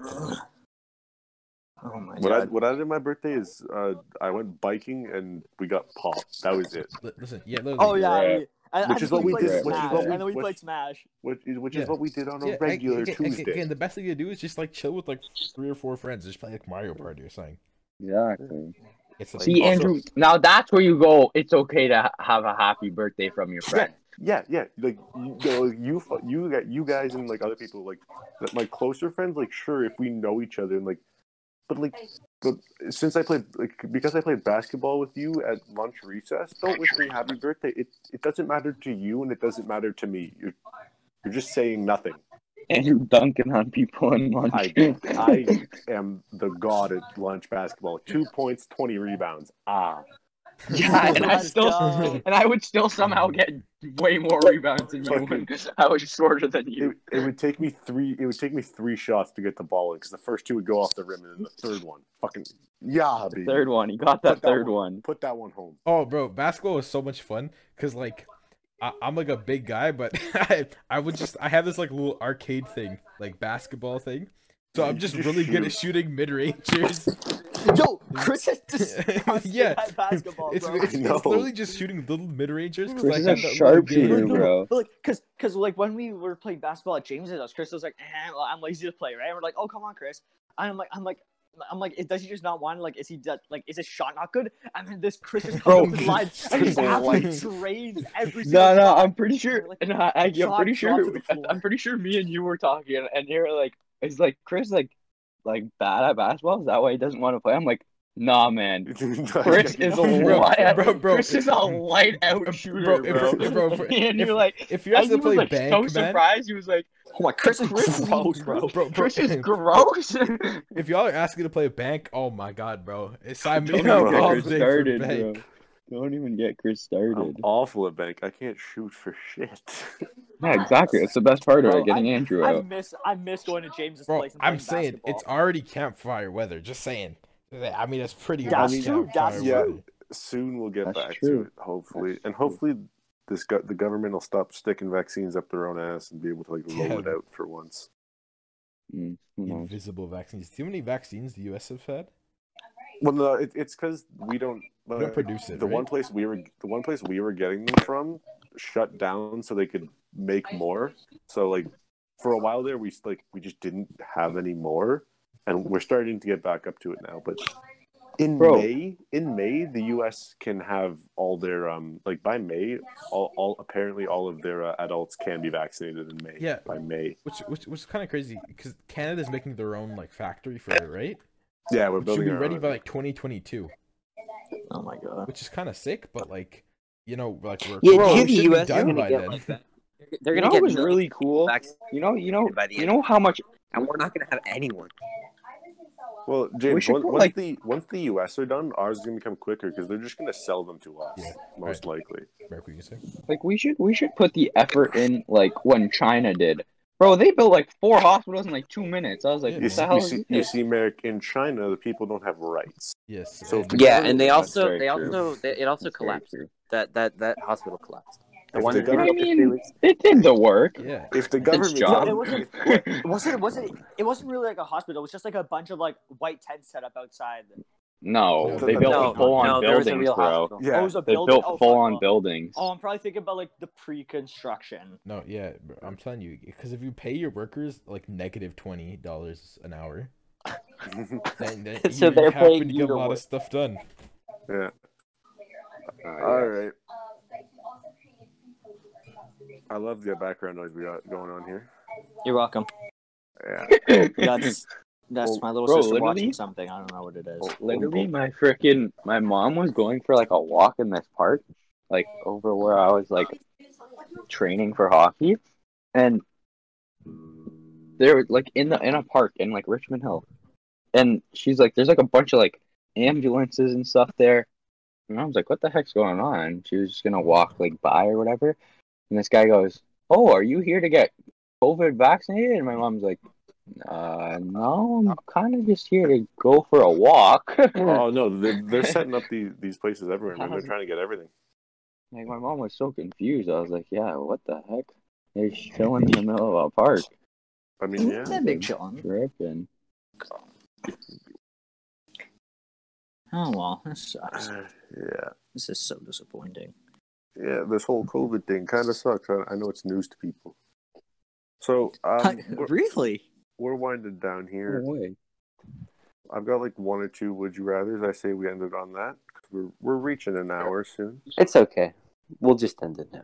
Speaker 5: Oh my
Speaker 2: What I
Speaker 5: god.
Speaker 2: what I did my birthday is uh, I went biking and we got popped. That was it.
Speaker 3: Li- Listen, yeah, literally.
Speaker 5: Oh yeah.
Speaker 4: Right.
Speaker 5: We, and-
Speaker 2: Which
Speaker 5: and
Speaker 2: is what
Speaker 5: we
Speaker 2: we
Speaker 5: played
Speaker 4: did- which is
Speaker 5: Smash.
Speaker 2: what we-
Speaker 5: and then we
Speaker 2: what-
Speaker 5: played Smash.
Speaker 2: Which is which
Speaker 3: Yeah.
Speaker 2: is what we did on a
Speaker 3: Yeah, I-
Speaker 2: regular
Speaker 3: again- again-
Speaker 2: Tuesday.
Speaker 3: again, the best thing to do is just like chill with like three or four friends, just play like Mario Party or something.
Speaker 4: Exactly.
Speaker 3: It's like,
Speaker 4: See,
Speaker 2: Also-
Speaker 4: Andrew, now that's where you go. It's okay to ha- have a happy birthday from your
Speaker 2: Yeah,
Speaker 4: friend.
Speaker 2: yeah, yeah. Like you, you, know, you, fu- you, got- you guys, and like other people, like that- my closer friends. Like, sure, if we know each other, and like, but like, but since I played, like, because I played basketball with you at lunch recess, don't wish me happy birthday. It it doesn't matter to you, and it doesn't matter to me. You're you're just saying nothing.
Speaker 4: Andrew dunking on people in lunch.
Speaker 2: I I am the god at lunch basketball. Two points, twenty rebounds. Ah,
Speaker 4: Yeah, and I
Speaker 5: Let's
Speaker 4: still,
Speaker 5: go.
Speaker 4: and I would still somehow get way more rebounds than you
Speaker 2: Fucking-
Speaker 4: when I was shorter than
Speaker 2: it,
Speaker 4: you.
Speaker 2: it would take me three. It would take me three shots to get the ball in because the first two would go off the rim, and then the third one, fucking yeah, baby.
Speaker 4: Third one, he got that
Speaker 2: Put that
Speaker 4: third one.
Speaker 2: put that one home.
Speaker 3: oh, bro, basketball was so much fun because like I, I'm like a big guy, but I I would just I have this like little arcade thing, like basketball thing. So I'm just
Speaker 2: Just
Speaker 3: really good
Speaker 2: shoot.
Speaker 3: at shooting mid rangers.
Speaker 5: Yo, Chris is disgusted
Speaker 3: Yeah.
Speaker 5: at basketball,
Speaker 3: It's,
Speaker 5: bro.
Speaker 3: it's,
Speaker 2: I know.
Speaker 3: it's literally just shooting little mid rangers because
Speaker 4: Chris
Speaker 3: I
Speaker 4: is
Speaker 3: have
Speaker 4: a
Speaker 3: that little
Speaker 4: sharpshooter,
Speaker 3: game.
Speaker 4: bro.
Speaker 5: But like, cause, cause like when we were playing basketball at James's house, Chris was like, eh, well, "I'm lazy to play," right? And we're like, "Oh, come on, Chris." And I'm like, I'm like, I'm like, "Is- does he just not want? Like, is he that? Like, is his shot not good? And then this Chris just comes
Speaker 4: Bro,
Speaker 5: up with lines and he's
Speaker 2: Chris
Speaker 5: absolutely
Speaker 3: is
Speaker 5: drains every single.
Speaker 4: No, no,
Speaker 5: shot.
Speaker 4: I'm pretty sure.
Speaker 5: Like,
Speaker 4: And I, I, I'm
Speaker 5: shot
Speaker 4: pretty
Speaker 5: dropped to
Speaker 4: sure.
Speaker 5: the floor.
Speaker 4: I'm pretty sure me and you were talking, and, and you're like, "Is like Chris like, like bad at basketball? Is that why he doesn't want to play?" I'm like, "Nah, man. Chris is a
Speaker 3: Bro,
Speaker 4: light.
Speaker 3: bro, bro.
Speaker 4: uh, Chris is a light out shooter,
Speaker 3: if-
Speaker 4: bro."
Speaker 3: if- bro, if-
Speaker 4: and
Speaker 3: if-
Speaker 4: you're like,
Speaker 3: If you have
Speaker 4: and
Speaker 3: to
Speaker 4: he
Speaker 3: play
Speaker 4: was like so
Speaker 3: bank, man,
Speaker 4: surprised. He was like,
Speaker 5: Oh my, Chris is
Speaker 4: Chris is-
Speaker 5: gross, bro.
Speaker 3: bro, bro,
Speaker 4: "Chris is gross."
Speaker 3: if y'all are asking to play bank, oh my god, bro, It's- sign me
Speaker 2: Don't
Speaker 3: up
Speaker 2: get
Speaker 3: all
Speaker 2: Chris
Speaker 3: day for
Speaker 4: started,
Speaker 3: bank.
Speaker 4: bro. Don't even get Chris started.
Speaker 2: I'm
Speaker 1: Oh,
Speaker 2: awful at bank. I can't shoot for shit.
Speaker 4: Yeah, exactly. That's the best part of
Speaker 5: Bro,
Speaker 4: it, getting Andrew
Speaker 5: I
Speaker 4: out.
Speaker 5: miss, I miss going to James's
Speaker 3: Bro,
Speaker 5: place. And
Speaker 3: I'm
Speaker 5: playing
Speaker 3: saying
Speaker 5: basketball.
Speaker 3: it's already campfire weather. Just saying. I mean, it's pretty.
Speaker 5: That's
Speaker 3: much
Speaker 5: true, that's
Speaker 3: campfire
Speaker 2: true.
Speaker 3: weather.
Speaker 2: soon we'll get
Speaker 8: That's
Speaker 2: back
Speaker 8: true.
Speaker 2: to it, hopefully,
Speaker 8: That's
Speaker 2: and
Speaker 8: true.
Speaker 2: hopefully this go- the government will stop sticking vaccines up their own ass and be able to like roll it
Speaker 3: Yeah.
Speaker 2: out for once.
Speaker 8: Mm, who knows?
Speaker 3: Invisible vaccines. Do you know how many vaccines the U.S. have had?
Speaker 2: Well, no, it, it's because we don't.
Speaker 3: We
Speaker 2: uh,
Speaker 3: don't produce it.
Speaker 2: the
Speaker 3: right?
Speaker 2: one place we were the one place we were getting them from shut down so they could make more. So like for a while there, we s- like we just didn't have any more, and we're starting to get back up to it now. But in
Speaker 4: Bro.
Speaker 2: May, in May, the U.S. can have all their um like by May, all, all apparently all of their uh, adults can be vaccinated in May.
Speaker 3: Yeah.
Speaker 2: by May.
Speaker 3: Which which which is kind of crazy because Canada's making their own like factory for it, right?
Speaker 2: Yeah, we're
Speaker 3: Which should
Speaker 2: building
Speaker 3: be
Speaker 2: our
Speaker 3: ready
Speaker 2: own.
Speaker 3: by like 2022,
Speaker 8: Oh my god.
Speaker 3: which is kind of sick. But like, you know, like we're
Speaker 1: Yeah,
Speaker 3: Bro,
Speaker 1: you
Speaker 3: it
Speaker 1: the
Speaker 3: should be
Speaker 1: US
Speaker 3: done
Speaker 1: gonna
Speaker 3: by
Speaker 1: get
Speaker 3: then.
Speaker 1: like that. They're
Speaker 4: You
Speaker 1: gonna
Speaker 4: know what
Speaker 1: get
Speaker 4: was
Speaker 1: millions
Speaker 4: really cool.
Speaker 1: vaccinated
Speaker 4: You know, you know,
Speaker 1: by the
Speaker 4: you
Speaker 1: end,
Speaker 4: know how much
Speaker 1: and we're not gonna have anyone.
Speaker 2: Well, James,
Speaker 4: should
Speaker 2: once,
Speaker 4: put,
Speaker 2: once
Speaker 4: like-
Speaker 2: the once the U.S. are done, ours is gonna become quicker because they're just gonna sell them to us,
Speaker 3: Yeah,
Speaker 2: most likely.
Speaker 3: Mark, what you say?
Speaker 4: like we should we should put the effort in like when China did. Bro, they built like four hospitals in like two minutes. I was like,
Speaker 3: Yeah,
Speaker 2: You
Speaker 4: what
Speaker 2: see,
Speaker 4: the
Speaker 3: man.
Speaker 4: hell
Speaker 2: you
Speaker 4: is
Speaker 2: see, you
Speaker 4: this?
Speaker 2: see, Merrick, in China, the people don't have rights.
Speaker 3: Yes.
Speaker 2: So
Speaker 3: and-
Speaker 2: if the
Speaker 1: Yeah, and they
Speaker 2: That's
Speaker 1: also
Speaker 4: very
Speaker 1: they
Speaker 4: true.
Speaker 1: also they, it also
Speaker 4: That's very
Speaker 1: collapsed.
Speaker 4: true.
Speaker 1: That that that hospital collapsed. The
Speaker 2: If
Speaker 1: one
Speaker 2: the
Speaker 1: that didn't
Speaker 4: I
Speaker 2: government,
Speaker 1: get the
Speaker 4: mean, it did the work.
Speaker 3: yeah.
Speaker 2: if the
Speaker 4: It's
Speaker 2: government,
Speaker 4: job.
Speaker 10: It wasn't- Was it? Was it? It wasn't really like a hospital. It was just like a bunch of like white tents set up outside.
Speaker 4: no,
Speaker 2: No,
Speaker 4: they built
Speaker 1: no,
Speaker 4: full on
Speaker 1: no, there was a
Speaker 4: buildings,
Speaker 1: real
Speaker 4: bro.
Speaker 1: hospital.
Speaker 2: yeah,
Speaker 10: Oh, it was a
Speaker 4: They
Speaker 10: building.
Speaker 4: built
Speaker 10: oh,
Speaker 4: full
Speaker 10: fuck,
Speaker 4: on
Speaker 10: well.
Speaker 4: buildings.
Speaker 10: Oh, I'm probably thinking about like the pre-construction.
Speaker 3: No, yeah, bro, I'm telling you, because if you pay your workers like negative twenty dollars an hour,
Speaker 2: Oh,
Speaker 3: then, then
Speaker 1: So
Speaker 3: you
Speaker 1: they're
Speaker 3: happen
Speaker 1: paying
Speaker 3: to
Speaker 1: you
Speaker 3: get a
Speaker 1: to
Speaker 3: lot
Speaker 1: work.
Speaker 3: of stuff done.
Speaker 2: yeah. All
Speaker 4: Uh,
Speaker 2: right. I love the background noise we got going on here.
Speaker 10: You're welcome.
Speaker 2: Yeah.
Speaker 4: yeah.
Speaker 10: That's that's
Speaker 2: Well,
Speaker 10: my little
Speaker 4: bro,
Speaker 10: sister
Speaker 4: literally-
Speaker 10: watching something. I don't know what it is.
Speaker 4: Oh, Literally, my freaking my mom was going for like a walk in this park, like over where I was like training for hockey, and there was like in the in a park in like Richmond Hill, and she's like, "There's like a bunch of like ambulances and stuff there," and I was like, "What the heck's going on?" She was just gonna walk like by or whatever, and this guy goes, "Oh, are you here to get COVID vaccinated?" And my mom's like. Uh, no, I'm kind of just here to go for a walk.
Speaker 2: Oh no, they're, they're setting up the, these places everywhere, man. They're trying to get everything.
Speaker 4: Like my mom was so confused. I was like, "Yeah, what the heck? They're chilling in the middle of a park,
Speaker 2: I mean, yeah.
Speaker 10: That big chillin'.
Speaker 4: tripping."
Speaker 10: Oh well, that sucks.
Speaker 2: Yeah,
Speaker 10: This is so disappointing.
Speaker 2: yeah. This whole COVID thing kind of sucks. I, I know it's news to people. So
Speaker 10: Huh,
Speaker 2: um, we're,
Speaker 10: really?
Speaker 2: we're winding down
Speaker 4: No
Speaker 2: here.
Speaker 4: way.
Speaker 2: I've got like one or two would you rather's. I say we ended on that. 'cause We're we're reaching an hour soon.
Speaker 1: It's okay. We'll just end it now.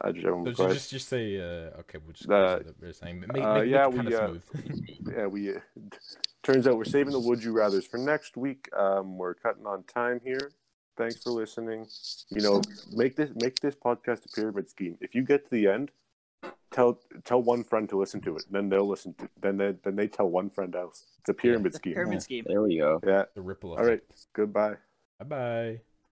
Speaker 2: I just everyone
Speaker 3: So
Speaker 2: was
Speaker 3: ju-
Speaker 2: quiet.
Speaker 3: just just say uh, okay. We'll just
Speaker 2: Uh,
Speaker 3: close it up we're saying, but make,
Speaker 2: uh,
Speaker 3: make
Speaker 2: yeah,
Speaker 3: it kind
Speaker 2: we, uh,
Speaker 3: of smooth.
Speaker 2: yeah, we. Uh, turns out we're saving the would you rather's for next week. Um, we're cutting on time here. Thanks for listening. You know, make this make this podcast a pyramid scheme. If you get to the end, tell tell one friend to listen to it. Then they'll listen. To, then they then they tell one friend else. It's a pyramid scheme.
Speaker 10: Pyramid scheme.
Speaker 1: There we go.
Speaker 2: Yeah.
Speaker 3: The ripple.
Speaker 2: All right. Goodbye.
Speaker 3: Bye bye.